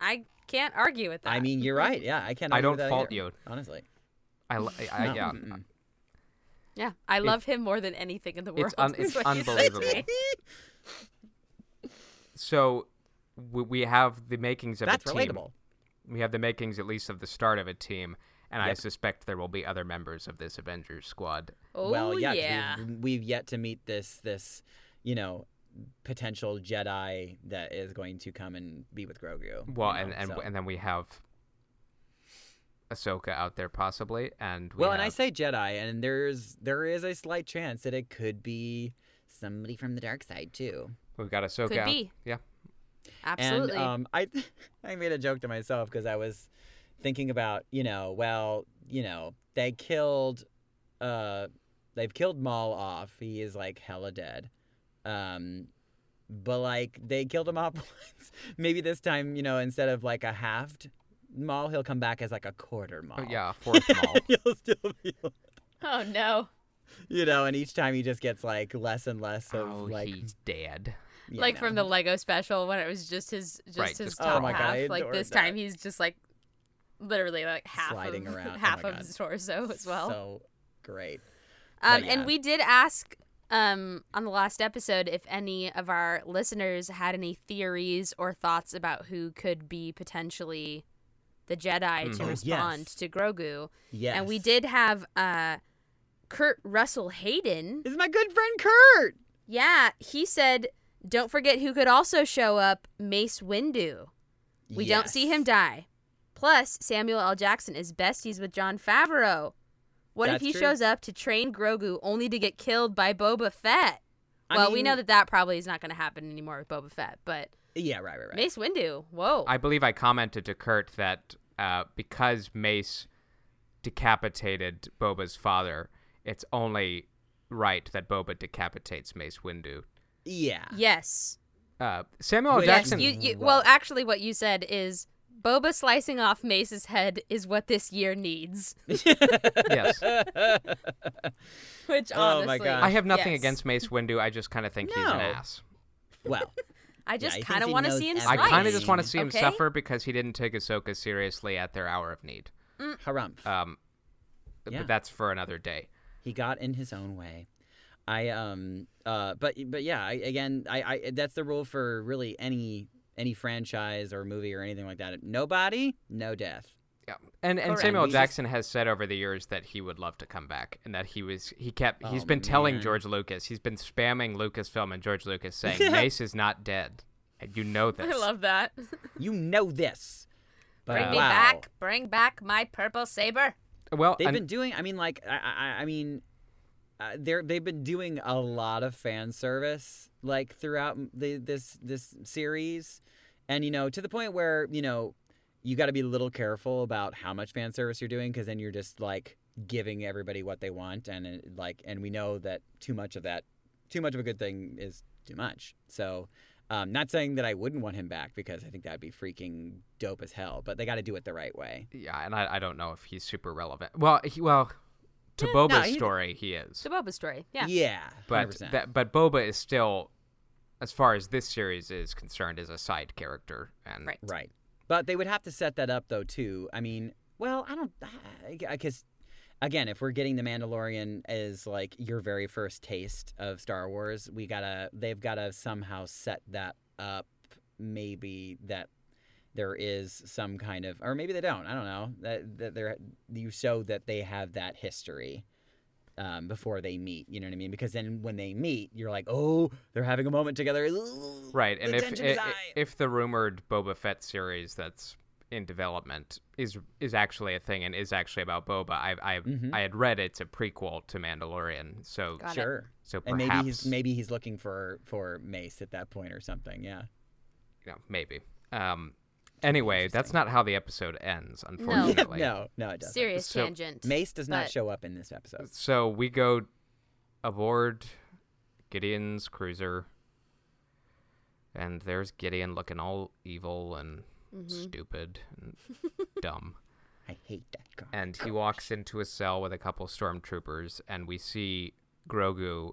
S1: I can't argue with that.
S3: I mean, you're right. Yeah, I can't.
S2: I
S3: argue
S2: don't
S3: with that
S2: fault
S3: either,
S2: you.
S3: Honestly.
S2: I, l- I-
S3: No,
S2: yeah.
S3: mm-mm.
S1: yeah, I love him more than anything in the world.
S2: It's un-
S1: is
S2: it's
S1: what he said to me.
S2: unbelievable. So we, we have the makings of
S3: That's
S2: a team.
S3: relatable.
S2: We have the makings, at least, of the start of a team, and I
S3: Yep.
S2: suspect there will be other members of this Avengers squad.
S1: Oh
S3: well, yeah,
S1: yeah,
S3: 'cause We've, we've yet to meet this this, you know, potential Jedi that is going to come and be with Grogu. you
S2: Well,
S3: know,
S2: and and,
S3: so.
S2: and then we have Ahsoka out there possibly, and we
S3: well, and I
S2: have-
S3: say Jedi, and there's there is a slight chance that it could be somebody from the dark side too.
S2: we've got Ahsoka.
S1: Oh, Could
S2: out-
S1: be.
S2: Yeah,
S1: absolutely.
S3: And um, I I made a joke to myself because I was thinking about you know well you know they killed uh they've killed Maul off. He is like hella dead. Um, but like they killed him off once. Maybe this time you know instead of like a halved Maul, he'll come back as like a quarter Maul.
S2: oh, yeah, fourth mall.
S3: He'll still be,
S1: oh no,
S3: you know, and each time he just gets like less and less of
S2: oh,
S3: like,
S2: he's dead.
S3: you
S1: like
S3: know.
S1: from the Lego special when it was just his just
S2: Right,
S1: his
S2: just
S1: top
S2: Oh my
S1: half.
S2: God,
S3: I
S1: like
S3: adored
S1: this
S3: that.
S1: time he's just like literally like half
S3: Sliding
S1: of,
S3: around. Oh
S1: half
S3: my
S1: of
S3: God.
S1: his torso as well.
S3: So great.
S1: um,
S3: but yeah.
S1: and we did ask um on the last episode if any of our listeners had any theories or thoughts about who could be potentially the Jedi to
S3: Oh,
S1: respond
S3: yes.
S1: to Grogu.
S3: Yes.
S1: And we did have uh Kurt Russell Hayden.
S3: This is my good friend Kurt.
S1: Yeah, he said, "Don't forget who could also show up, Mace Windu. We don't see
S3: Yes.
S1: him die. Plus, Samuel L. Jackson is besties with John Favreau. What
S3: That's
S1: if he
S3: true.
S1: shows up to train Grogu only to get killed by Boba Fett?
S3: I
S1: well, we
S3: mean-
S1: know that that probably is not going to happen anymore with Boba Fett, but
S3: Yeah, right, right, right.
S1: Mace Windu,
S3: oh.
S1: whoa.
S2: I believe I commented to Kurt that uh, because Mace decapitated Boba's father, it's only right that Boba decapitates Mace Windu.
S3: Yeah.
S1: yes.
S2: Uh, Samuel L.
S3: Wait,
S1: Yes,
S2: Jackson.
S1: you, you, well, actually, what you said is Boba slicing off Mace's head is what this year needs.
S2: yes.
S1: Which
S3: Oh
S1: honestly,
S3: my gosh.
S2: I have nothing
S1: yes.
S2: against Mace Windu. I just kind of think he's an
S3: No.
S2: ass.
S3: Well,
S1: I
S3: Yeah,
S1: just
S3: he thinks
S1: kind of
S3: he
S1: want to
S3: knows
S1: see him.
S2: I
S3: Right.
S2: kind
S1: kind
S2: of just want to see him
S1: Okay.
S2: suffer because he didn't take Ahsoka seriously at their hour of need.
S1: Mm.
S3: harumph.
S2: Um,
S3: Yeah.
S2: But that's for another day.
S3: he got in his own way. I um uh but but yeah, I, again, I I that's the rule for really any any franchise or movie or anything like that. Nobody, no death.
S2: Yeah. And and
S1: Correct.
S2: Samuel
S3: He's just-
S2: Jackson has said over the years that he would love to come back and that he was he kept he's
S1: Oh,
S2: been telling
S3: man.
S2: George Lucas, he's been spamming Lucasfilm and George Lucas saying Mace is not dead. And you know this.
S1: I love that.
S3: You know this. But
S1: Bring me
S3: wow.
S1: back. Bring back my purple saber.
S2: well,
S3: They've
S2: and-
S3: been doing. I mean, like, I, I, I mean, uh, they're they've been doing a lot of fan service like throughout m- the, this this series, and you know, to the point where you know, you got to be a little careful about how much fan service you're doing because then you're just like giving everybody what they want, and it, like, and we know that too much of that, too much of a good thing is too much. So. Um, not saying that I wouldn't want him back because I think that'd be freaking dope as hell, but they got to do it the right way.
S2: yeah, and I, I don't know if he's super relevant. Well, he well to Boba's
S3: he-
S2: story he is.
S1: The Boba story. Yeah.
S3: yeah
S2: But
S3: 100%.
S2: that but Boba is still as far as this series is concerned is a side character and
S1: Right.
S3: Right. But they would have to set that up though too. I mean, well, I don't I guess again, if we're getting the Mandalorian as like your very first taste of Star Wars, we got to they've got to somehow set that up maybe that there is some kind of or maybe they don't. I don't know. That that they're you show that they have that history. Um, before they meet, you know what I mean? Because then when they meet, you're like, oh, they're having a moment together. Ooh,
S2: Right, and
S3: the
S2: if
S3: tension is
S2: i- i-
S3: high.
S2: if the rumored Boba Fett series that's in development is is actually a thing and is actually about Boba, I I,
S3: Mm-hmm.
S2: I had read it's a prequel to Mandalorian, so
S1: Got it.
S3: sure.
S2: so
S3: and
S2: perhaps
S3: maybe he's maybe he's looking for for Mace at that point or something. Yeah.
S2: you know, maybe. Um, anyway, that's not how the episode ends, unfortunately.
S3: no, no, it doesn't.
S1: Serious
S2: So-
S1: tangent.
S3: Mace does not
S1: But-
S3: show up in this episode.
S2: So we go aboard Gideon's cruiser, and there's Gideon looking all evil and stupid and dumb.
S3: I hate that guy.
S2: and he walks into a cell with a couple stormtroopers, and we see Grogu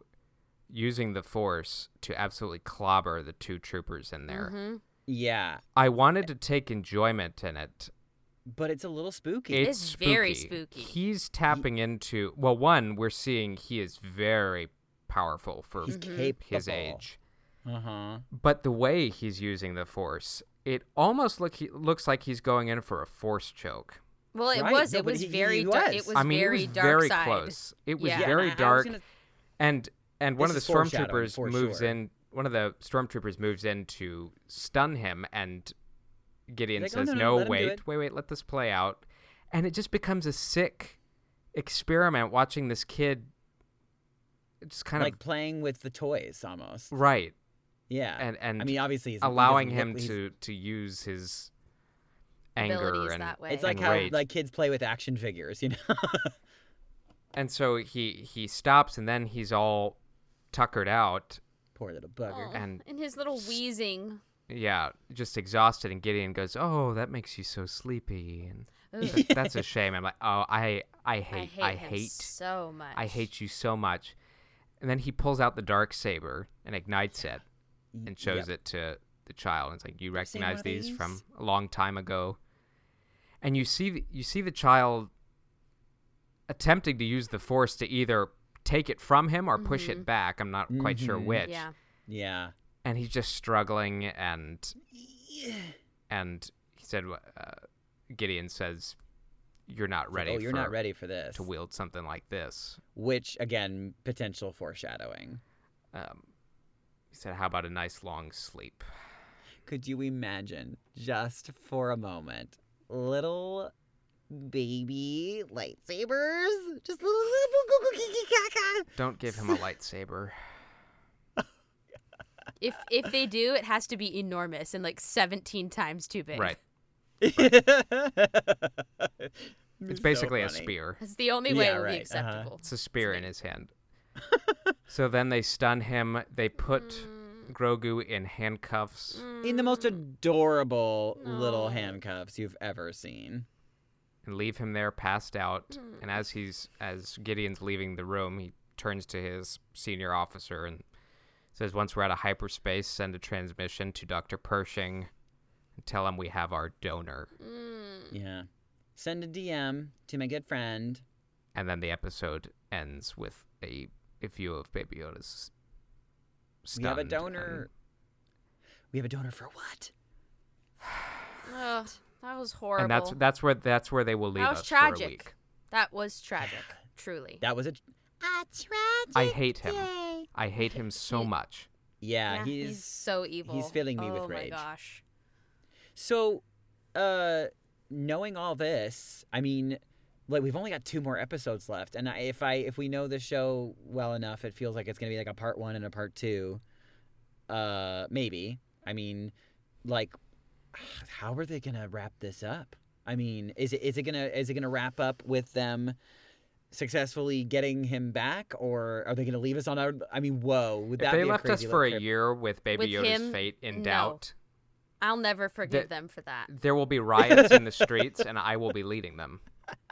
S2: using the Force to absolutely clobber the two troopers in
S1: Mm-hmm.
S2: there.
S3: Yeah,
S2: I wanted to take enjoyment in it.
S3: but it's a little spooky.
S2: It's
S1: It's very spooky.
S2: He's tapping into well, one we're seeing he is very powerful for
S3: he's
S1: Mm-hmm.
S3: capable.
S2: his age,
S3: Uh huh.
S2: but the way he's using the Force, it almost look he, looks like he's going in for a Force choke.
S1: well, it
S3: Right,
S1: was.
S3: no,
S1: it
S3: but
S1: was
S3: he- he
S1: very. dark.
S3: was.
S1: It was
S2: I mean,
S1: very
S2: it was
S1: dark
S2: very
S1: side.
S2: close. It was
S1: Yeah. Yeah,
S2: very
S3: and I- I
S2: dark.
S3: was gonna-
S2: and and one of
S3: This
S2: the
S3: is foreshadowing,
S2: stormtroopers
S3: for
S2: moves
S3: sure.
S2: in one of the stormtroopers moves in to stun him and gideon
S3: Like, oh,
S2: says
S3: no, no,
S2: no,
S3: let him do
S2: wait
S3: it."
S2: wait wait let this play out and it just becomes a sick experiment watching this kid just kind
S3: like
S2: of
S3: playing with the toys almost.
S2: right
S3: Yeah.
S2: and and
S3: I mean, obviously, he's, he doesn't
S2: allowing
S3: look-
S2: him
S3: he's-
S2: to to use his anger
S1: Abilities
S2: and
S1: that way.
S3: It's like
S2: and
S3: how
S2: rage.
S3: like kids play with action figures, you know.
S2: and so he he stops and then he's all tuckered out
S3: Poor little bugger.
S1: Aw,
S2: and
S1: and his little wheezing.
S2: yeah, just exhausted. And Gideon goes, "Oh, that makes you so sleepy." And
S1: Ugh.
S2: th- that's a shame. I'm like, "Oh, I, I
S1: I
S2: hate,
S1: hate
S2: I
S1: him
S2: hate,
S1: so much.
S2: I hate you so much." And then he pulls out the dark saber and ignites it and shows it to the child. And it's like, "You
S3: seen one
S2: recognize
S3: of
S2: these
S3: these?"
S2: from a long time ago." And you see, th- you see the child attempting to use the force to either take it from him or push it back. I'm not quite sure
S3: Mhm.
S2: which
S1: Mm-hmm. Yeah.
S3: Yeah.
S2: and he's just struggling and and he said uh, gideon says you're not ready
S3: oh, you're
S2: for,
S3: not ready for this.
S2: to wield something like this
S3: Which again, potential foreshadowing.
S2: um, he said how about a nice long sleep
S3: Could you imagine just for a moment? Little baby lightsabers? Just little
S2: don't give him a lightsaber
S1: If if they do, it has to be enormous and like 17 times too big.
S2: right it's basically a spear
S1: That's the only way
S3: Yeah,
S1: it would be
S3: right, uh-huh.
S1: acceptable.
S2: it's a spear in his hand so then they stun him they put grogu in handcuffs
S3: In the most adorable little
S1: No.
S3: handcuffs you've ever seen.
S2: and leave him there passed out
S1: Hmm.
S2: and as he's as gideon's leaving the room he turns to his senior officer and says once we're out of hyperspace send a transmission to dr pershing and tell him we have our donor
S3: Yeah. Send a DM to my good friend.
S2: and then the episode ends with a, a view of baby yoda's
S3: We have
S2: stunned
S3: a
S2: and-
S3: donor. We have a donor for what?
S1: Ugh. That was horrible.
S2: And that's that's where that's where they will leave
S1: that was
S2: us for a
S1: tragic.
S2: week.
S1: That was tragic. Truly.
S3: That was a
S2: I hate him. I hate him so much.
S3: yeah.
S1: Yeah,
S3: he's,
S1: so evil.
S3: filling me with
S1: Oh my
S3: rage.
S1: gosh.
S3: so. Uh, knowing all this, I mean, like we've only got two more episodes left, and I, if I if we know the show well enough, it feels like it's gonna be like a part one and a part two. Uh, maybe. I mean, like, how are they gonna wrap this up? I mean, is it is it gonna is it gonna wrap up with them? Successfully getting him back, or are they going to leave us on our? I mean, whoa! Would
S2: If
S3: that
S2: they
S3: be a
S2: left us
S3: crazy
S2: for a
S3: little trip?
S2: year with Baby
S1: With
S2: Yoda's
S1: him,
S2: fate in
S1: no.
S2: doubt,
S1: I'll never forgive
S2: That-
S1: them for that.
S2: there will be riots in the streets, and I will be leading them.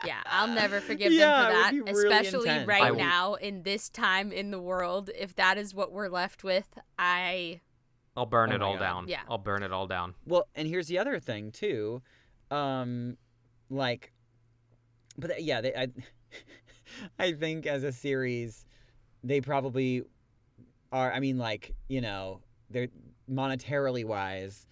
S1: Yeah, I'll never forgive
S3: Yeah, it would
S1: them
S3: be
S1: for that,
S3: really
S1: especially
S3: intense.
S2: I
S1: right
S2: would-
S1: now in this time in the world. If that is what we're left with, I
S2: I'll burn
S3: Oh
S2: it
S3: my
S2: all
S3: God.
S2: down.
S1: Yeah.
S2: I'll burn it all down.
S3: Well, and here's the other thing too, um, like, but th- yeah, they, I, I think as a series, they probably are. I mean, like you know, they're monetarily wise,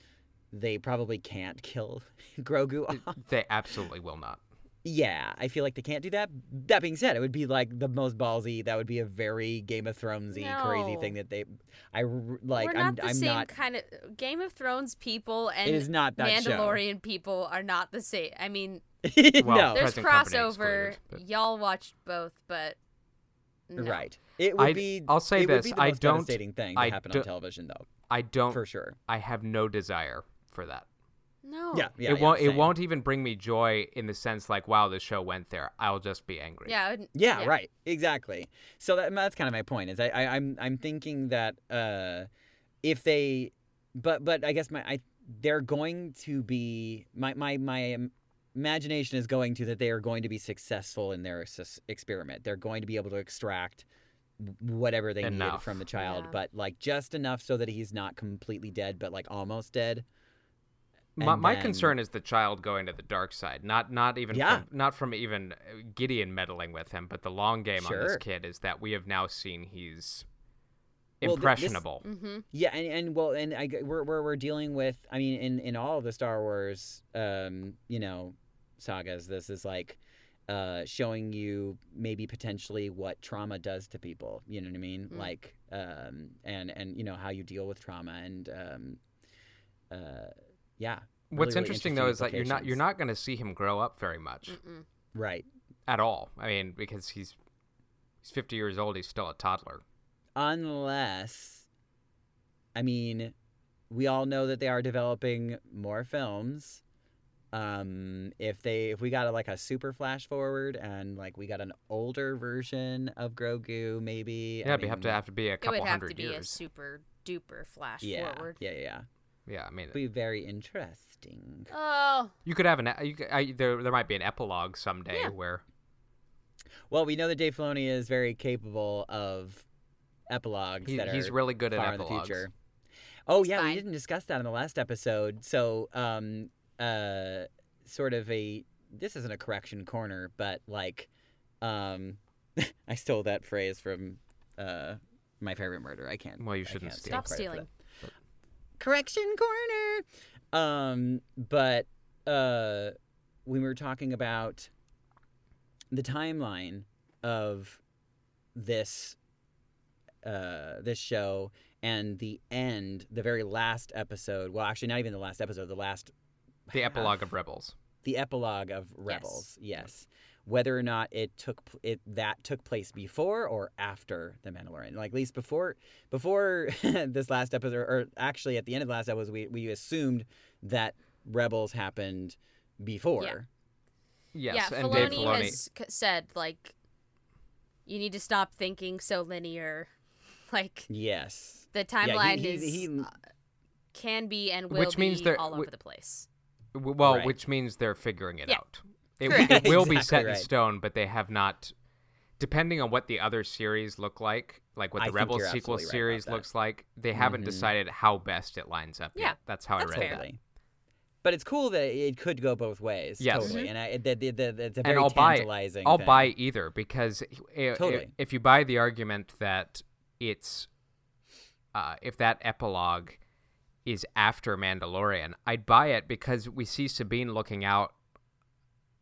S3: they probably can't kill Grogu. off.
S2: They absolutely will not.
S3: yeah, I feel like they can't do that. That being said, it would be like the most ballsy. That would be a very Game of Thronesy crazy
S1: No.
S3: thing that they. I r- like.
S1: we're
S3: I'm.
S1: not the
S3: I'm
S1: same
S3: not.
S1: kind of Game of Thrones people
S3: It is
S1: and
S3: not that show.
S1: Mandalorian people are not the same. I mean,
S2: Well,
S3: no,
S1: there's
S2: Present company
S1: crossover.
S2: excluded, but-
S1: Y'all watched both, but no.
S3: Right. It would
S2: I-
S3: be.
S2: I'll say
S3: it would
S2: this,
S3: be the
S2: I
S3: most
S2: don't-
S3: devastating thing to
S2: I
S3: happen on
S2: don't- Oh.
S3: television, though,
S2: I don't.
S3: for sure.
S2: I have no desire for that.
S1: No.
S3: Yeah, yeah.
S2: it won't.
S3: Yeah,
S2: it
S3: same.
S2: won't even bring me joy in the sense like, wow, this show went there. I'll just be angry.
S1: Yeah. I wouldn't-
S3: Yeah,
S1: yeah.
S3: Right. Exactly. So that, that's kind of my point. Is I, I I'm I'm thinking that uh, if they, but but I guess my I they're going to be my my my. um, Imagination is going to that they are going to be successful in their s- experiment. They're going to be able to extract whatever they needed
S2: Enough.
S3: from the child,
S1: Yeah.
S3: but like just enough so that he's not completely dead, but like almost dead.
S2: My,
S3: And
S2: my
S3: then-
S2: concern is the child going to the dark side. Not not even
S3: Yeah.
S2: from, not from even uh, Gideon meddling with him, but the long game on
S3: Sure.
S2: this kid is that we have now seen he's
S3: Well, th- this-
S2: impressionable.
S1: Mm-hmm.
S3: Yeah, and, and well, and I g- we're, we're we're dealing with. I mean, in in all of the Star Wars, um, you know, sagas, this is like uh, showing you maybe potentially what trauma does to people. You know what I mean?
S1: Mm.
S3: Like, um, and and you know how you deal with trauma, and um, uh, yeah,
S2: What's
S3: really
S2: interesting,
S3: interesting
S2: though is that you're not you're
S3: implications.
S2: not going to see him grow up very much
S1: Mm-mm.
S3: right.
S2: at all. I mean, because he's he's 50 years old. He's still a toddler.
S3: Unless, I mean, we all know that they are developing more films. Um, if they if we got a, like a super flash forward and like we got an older version of Grogu, maybe. I
S2: Yeah, we have to
S3: mean,
S2: have to be a
S1: It
S2: couple
S1: would have
S2: hundred
S1: to be a
S2: years.
S1: super duper flash
S3: Yeah,
S1: forward.
S3: yeah, yeah, yeah.
S2: yeah, I mean,
S3: Be very interesting.
S1: Oh.
S2: you could have an you could, I, there there might be an epilogue someday
S1: Yeah.
S2: where
S3: Well, we know that Dave Filoni is very capable of epilogues
S2: he,
S3: that
S2: he's
S3: are
S2: really good at
S3: far in the
S2: epilogues.
S3: future. Oh yeah,
S1: fine.
S3: we didn't discuss that in the last episode. So, um, uh, sort of a this isn't a correction corner, but like, um, I stole that phrase from uh, my favorite murder. I can't.
S2: Well, you
S3: I
S2: shouldn't
S3: can't
S2: steal.
S1: Stop
S3: take credit for
S1: stealing.
S3: that. Correction corner. Um, but uh, when we were talking about the timeline of this uh, this show and the end, the very last episode. Well, actually, not even the last episode. The last
S2: The
S3: half-
S2: epilogue of Rebels.
S3: the epilogue of Rebels. Yes. Whether or not it took pl- it that took place before or after the Mandalorian, like at least before before this last episode, or actually at the end of the last episode, we we assumed that Rebels happened before.
S2: Yes,
S1: yeah,
S2: and
S1: Filoni,
S2: Dave Filoni.
S1: has c- said like, you need to stop thinking so linear. Like
S3: Yes.
S1: the
S3: Yeah, he-
S1: timeline
S3: he-
S1: is
S2: uh,
S3: he-
S1: can be and will
S2: Which means
S1: be
S2: there-
S1: all
S2: w-
S1: over the place.
S2: W- Well,
S3: Right.
S2: which means they're figuring it
S1: Yeah.
S2: out. It,
S1: Correct.
S2: it will be
S3: Exactly
S2: set in
S3: right.
S2: stone, but they have not. Depending on what the other series look like, like what
S3: I
S2: the
S3: think
S2: Rebel
S3: you're
S2: sequel
S3: absolutely right about
S2: series
S3: that.
S2: looks like, they haven't
S3: Mhm.
S2: decided how best it lines up
S1: Yeah,
S2: yet. That's how
S1: that's
S2: I read
S1: fair.
S2: that.
S3: Totally. But it's cool that it could go both ways.
S2: Yes. Mm-hmm.
S3: Totally. And I, the, the, the, it's a very
S2: And I'll buy,
S3: tantalizing.
S2: I'll
S3: thing.
S2: buy either because i- i-
S3: Totally.
S2: if you buy the argument that it's, uh, if that epilogue is after Mandalorian, I'd buy it because we see Sabine looking out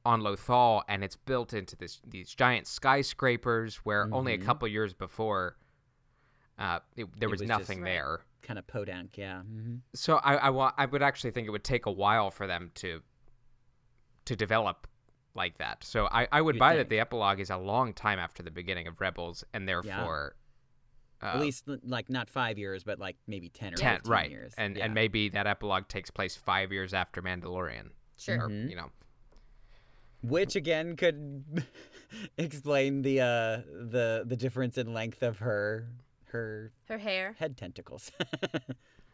S2: on Lothal and it's built into this these giant skyscrapers where only
S3: Mm-hmm.
S2: a couple years before uh, it, there was,
S3: was just-
S2: nothing
S1: Right.
S2: there.
S3: Kind of podunk, yeah. hmm
S2: So I I, wa- I would actually think it would take a while for them to to develop like that. So I, I would
S3: You'd
S2: buy that
S3: think.
S2: the epilogue is a long time after the beginning of Rebels and therefore
S3: At
S2: uh,
S3: least l- like not five years, but like maybe ten or
S2: 10
S3: 15
S2: right.
S3: years.
S2: And
S3: Yeah.
S2: and maybe that epilogue takes place 5 years after Mandalorian.
S1: Sure.
S3: Mm-hmm.
S2: Or, you know.
S3: which again could explain the uh, the the difference in length of her her
S1: Her hair.
S3: head tentacles.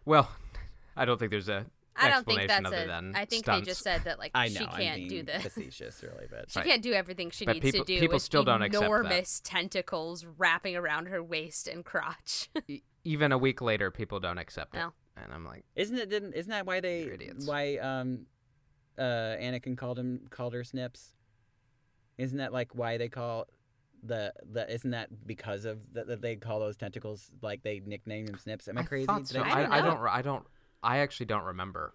S2: Well, I don't think there's a
S1: I don't think
S2: explanation
S1: that's
S2: other
S1: a.
S2: than
S1: I think
S2: stunts.
S1: they just said that like
S3: I know.
S1: she
S3: I'm
S1: can't
S3: being
S1: do this.
S3: facetious, really, but
S1: She
S2: Right.
S1: can't do everything she
S2: But
S1: needs
S2: people-
S1: to do.
S2: people
S1: with
S2: still don't accept that.
S1: enormous tentacles wrapping around her waist and crotch.
S2: E- even a week later people don't accept
S1: No.
S2: it. And I'm like,
S3: isn't it? Didn't, isn't that why they?
S2: You're idiots.
S3: Why um, uh, Anakin called him called her Snips? Isn't that like why they call the the? Isn't that because of that that they call those tentacles like they nickname them Snips? Am I, crazy?
S2: thought
S3: Did
S2: so.
S1: I
S2: I,
S1: don't
S2: I
S1: know.
S2: don't re- I don't I actually don't remember.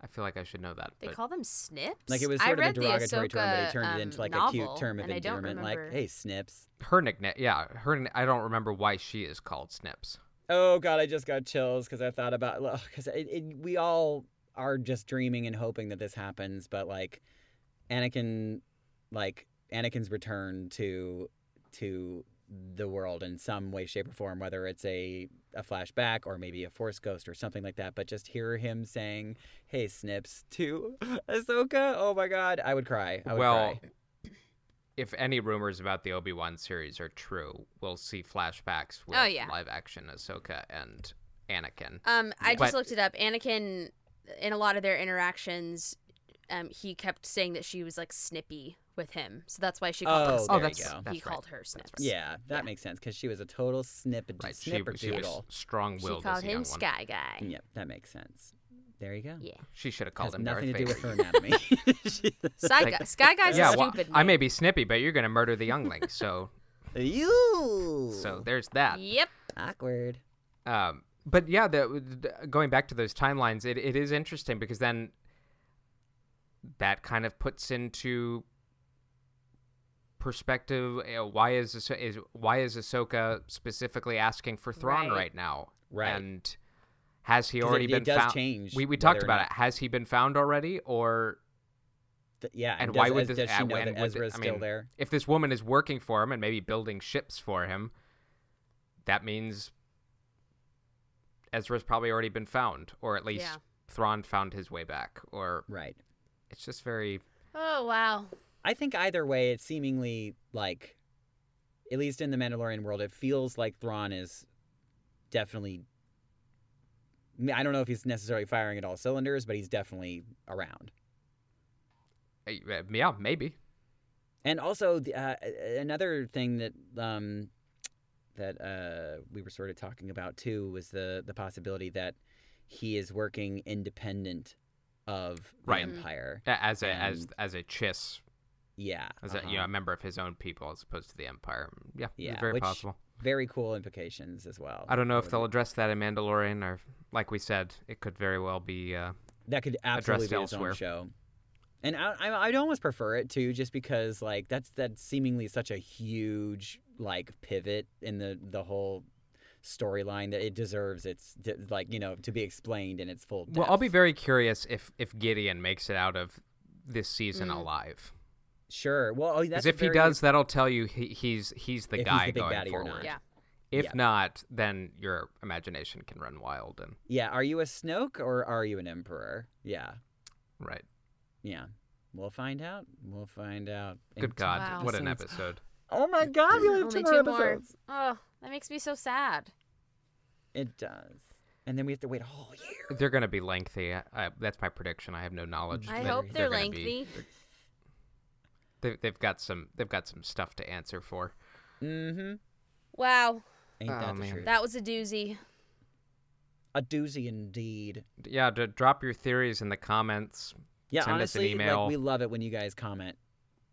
S2: I feel like I should know that.
S1: They
S2: but-
S1: call them snips.
S3: Like it was
S1: I
S3: sort of a
S1: read the
S3: derogatory term, but
S1: Ahsoka,
S3: he turned
S1: um,
S3: it into like a
S1: novel,
S3: cute term of
S1: and I don't
S3: endearment, like
S1: remember-
S3: "Hey, Snips."
S2: her nickname yeah her n- i don't remember why she is called snips
S3: Oh God, I just got chills because I thought about because it, it, we all are just dreaming and hoping that this happens, but like Anakin, like Anakin's return to to the world in some way, shape, or form, whether it's a a flashback or maybe a force ghost or something like that. But just hear him saying, "Hey, Snips," to Ahsoka. Oh my God, I would cry. I would
S2: well
S3: cry.
S2: if any rumors about the obi-wan series are true we'll see flashbacks with
S1: Oh, yeah.
S2: live action ahsoka and anakin
S1: Um, I just
S2: But-
S1: looked it up. Anakin, in a lot of their interactions, um, he kept saying that she was like snippy with him, so that's why she called
S3: Oh,
S1: her
S3: there
S1: snips.
S3: you
S2: that's,
S3: go.
S2: that's
S1: he
S2: right.
S1: called her snips.
S3: Yeah, that makes sense because she was a total snippet
S2: right she,
S3: snipper
S2: she was
S3: doodle.
S1: She
S2: strong-willed
S1: called
S2: as a
S1: him
S2: young one.
S1: Sky Guy.
S3: Yep, that makes sense. There you go.
S1: Yeah.
S2: she should have called
S3: Has
S2: him
S3: nothing
S2: Darth
S3: to do with
S2: Vader.
S3: her anatomy. She's-
S1: Sky, Guy. Sky Guy's
S2: yeah
S1: a
S2: well,
S1: stupid.
S2: i
S1: name.
S2: may be snippy but you're gonna murder the youngling so
S3: you
S2: so there's that
S1: Yep.
S3: awkward.
S2: Um, but yeah, the, the- going back to those timelines, it, it is interesting because then that kind of puts into perspective uh, why is Ahso- is why is Ahsoka specifically asking for Thrawn
S1: Right.
S2: right, now?
S3: Right.
S2: And has he
S3: 'Cause it-
S2: already
S3: it
S2: been
S3: does
S2: found?
S3: change
S2: we we
S3: whether
S2: talked
S3: or
S2: about
S3: not-
S2: it. Has he been found already, or
S3: Th- yeah.
S2: and why
S3: does,
S2: would
S3: Ez-
S2: this?
S3: does she
S2: uh,
S3: know
S2: and
S3: that
S2: would-
S3: Ezra's
S2: I
S3: still
S2: mean,
S3: there?
S2: If this woman is working for him and maybe building ships for him, that means Ezra's probably already been found, or at least
S1: Yeah.
S2: Thrawn found his way back. Or
S3: Right.
S2: it's just very
S1: Oh wow.
S3: I think either way, it's seemingly like, at least in the Mandalorian world, it feels like Thrawn is definitely. I mean, I don't know if he's necessarily firing at all cylinders, but he's definitely around.
S2: uh, uh, yeah, maybe
S3: And also the, uh, a- another thing that um, that uh, we were sort of talking about too was the the possibility that he is working independent of the
S2: Right. Mhm.
S3: empire.
S2: A- as a as
S3: And-
S2: as a Chiss,
S3: Yeah,
S2: as a, you know,
S3: uh-huh.
S2: a member of his own people as opposed to the Empire. Yeah, it's
S3: Yeah,
S2: very
S3: which-
S2: possible.
S3: very cool implications as well.
S2: I don't know if
S3: would-
S2: they'll address that in Mandalorian, or like we said, it could very well be. Uh,
S3: that could absolutely be
S2: addressed
S3: its own
S2: elsewhere.
S3: show. And I, I, I'd almost prefer it too, just because like that's that's seemingly such a huge like pivot in the the whole storyline that it deserves its d- like you know to be explained in its full. Depth.
S2: Well, I'll be very curious if if Gideon makes it out of this season alive.
S3: Sure. Well, oh, Mm. that's
S2: Because
S3: a
S2: if he
S3: very-
S2: does, that'll tell you he, he's he's the
S3: If he's
S2: guy
S3: the big
S2: going
S3: baddie or
S2: forward.
S3: not.
S1: Yeah.
S2: If
S3: Yeah.
S2: not, then your imagination can run wild and
S3: yeah. Are you a Snoke or are you an Emperor? Yeah,
S2: right.
S3: yeah. We'll find out. We'll find out. in
S2: Good
S3: two
S2: God,
S1: Wow.
S2: what an
S3: episodes.
S2: episode!
S3: Oh my God, we only have
S1: Only
S3: two
S1: two
S3: more
S1: more.
S3: episodes.
S1: Oh, that makes me so sad.
S3: It does, and then we have to wait a whole year.
S2: They're going to be lengthy. I, I, that's my prediction. I have no knowledge.
S1: I
S2: but
S1: hope they're,
S2: gonna be-
S1: lengthy.
S2: they, they've got some. They've got some stuff to answer for.
S3: Mm-hmm.
S1: Wow,
S3: Ain't
S2: Oh,
S3: that the
S2: man.
S3: truth?
S1: that was a doozy.
S3: A doozy indeed.
S2: D- Yeah, d- drop your theories in the comments.
S3: Yeah,
S2: Send us an
S3: honestly,
S2: email.
S3: like we love it when you guys comment.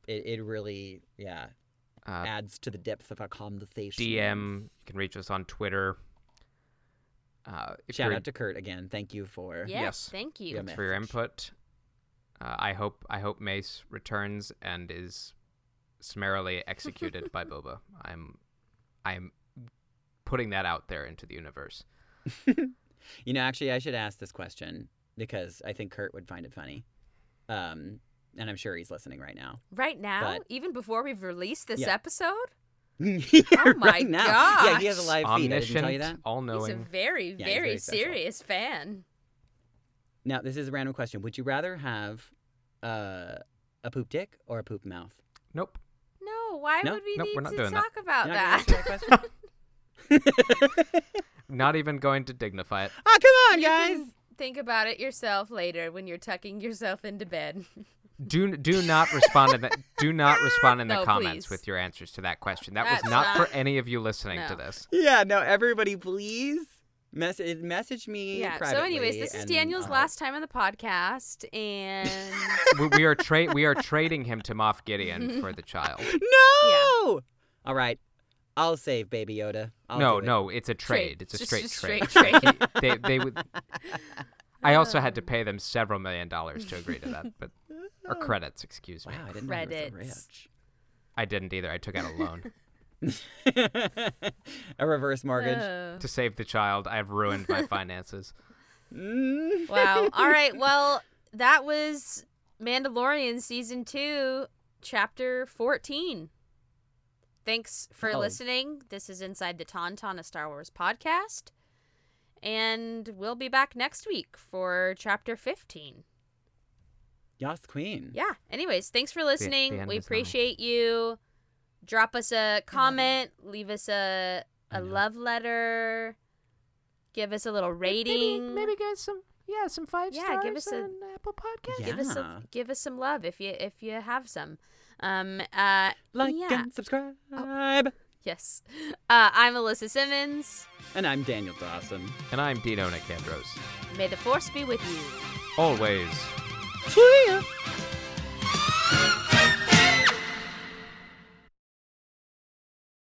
S3: It, it really yeah
S2: Uh,
S3: adds to the depth of our conversation.
S2: DM. You can reach us on Twitter. Uh, if
S3: Shout
S2: you're-
S3: out to Kurt again. Thank you for.
S1: Yeah,
S2: Yes.
S1: Thank you.
S3: Yeah,
S2: thanks for your
S3: message.
S2: input. Uh, I hope I hope Mace returns and is summarily executed by Boba. I'm I'm putting that out there into the universe.
S3: You know, actually, I should ask this question because I think Kurt would find it funny. Um, and I'm sure he's listening right now.
S1: Right now,
S3: But-
S1: even before we've released this
S3: Yeah.
S1: episode,
S3: oh
S1: my
S3: right now. Yeah, he has a
S1: gosh.
S3: live feed. I didn't tell you that.
S2: Omniscient, all
S1: he's a
S2: knowing.
S1: very,
S3: Yeah, he's
S1: very,
S3: very special.
S1: serious fan.
S3: Now, this is a random question. Would you rather have uh, a poop dick or a poop mouth?
S2: Nope.
S1: No, why
S3: No,
S1: would we
S2: nope, we're
S1: need
S2: not
S1: to
S2: doing that.
S1: talk about
S3: You're
S1: that?
S3: not gonna answer that question?
S2: Not even going to dignify it.
S3: oh, come on,
S1: You
S3: guys.
S1: can think about it yourself later when you're tucking yourself into bed.
S2: Do do not respond in the do not respond in the
S1: No,
S2: comments
S1: please.
S2: with your answers to that question. That
S1: That's
S2: was not,
S1: not-
S2: for any of you listening to
S1: no.
S2: this.
S3: Yeah, no, everybody, please message message me.
S1: yeah. So,
S3: privately
S1: anyways, this is
S3: and uh,
S1: Daniel's
S2: uh,
S3: I'll-
S1: last time on the podcast, and
S2: We, we are tra- we are trading him to Moff Gideon for the child.
S3: No. All right, I'll save Baby Yoda. I'll
S2: no,
S3: do it.
S2: no, it's a trade.
S1: Trade.
S2: It's a
S1: Just
S2: straight
S1: a
S2: trade.
S1: straight Um.
S2: Like, he- they, they would. I also had to pay them several million dollars to agree to that, but or credits, excuse me.
S3: Wow, I didn't know you were so
S1: Credits.
S3: rich.
S2: I didn't either. I took out a loan
S3: a reverse mortgage.
S1: Oh.
S2: to save the child. I've ruined my finances.
S3: Mm.
S1: wow. All right. Well, that was Mandalorian season two, chapter fourteen. Thanks for
S3: Oh.
S1: listening. This is Inside the Tauntaun, a Star Wars podcast, and we'll be back next week for chapter fifteen.
S3: Yas Queen.
S1: yeah anyways thanks for listening
S2: end
S1: we
S2: is nigh.
S1: appreciate you drop us a comment leave us a
S3: I
S1: a
S3: know.
S1: love letter give us a little rating
S2: guys some yeah some five
S1: Yeah, give stars us a- on
S2: Apple Podcast.
S1: give us
S3: Yeah.
S1: a, give us some love if you if you have some um uh
S3: Like
S1: yeah Oh.
S3: and subscribe.
S1: yes uh i'm alyssa simmons
S3: And I'm Daniel Dawson.
S2: And I'm Dino Nicandros.
S1: may the force be with you
S2: Always.
S3: See ya.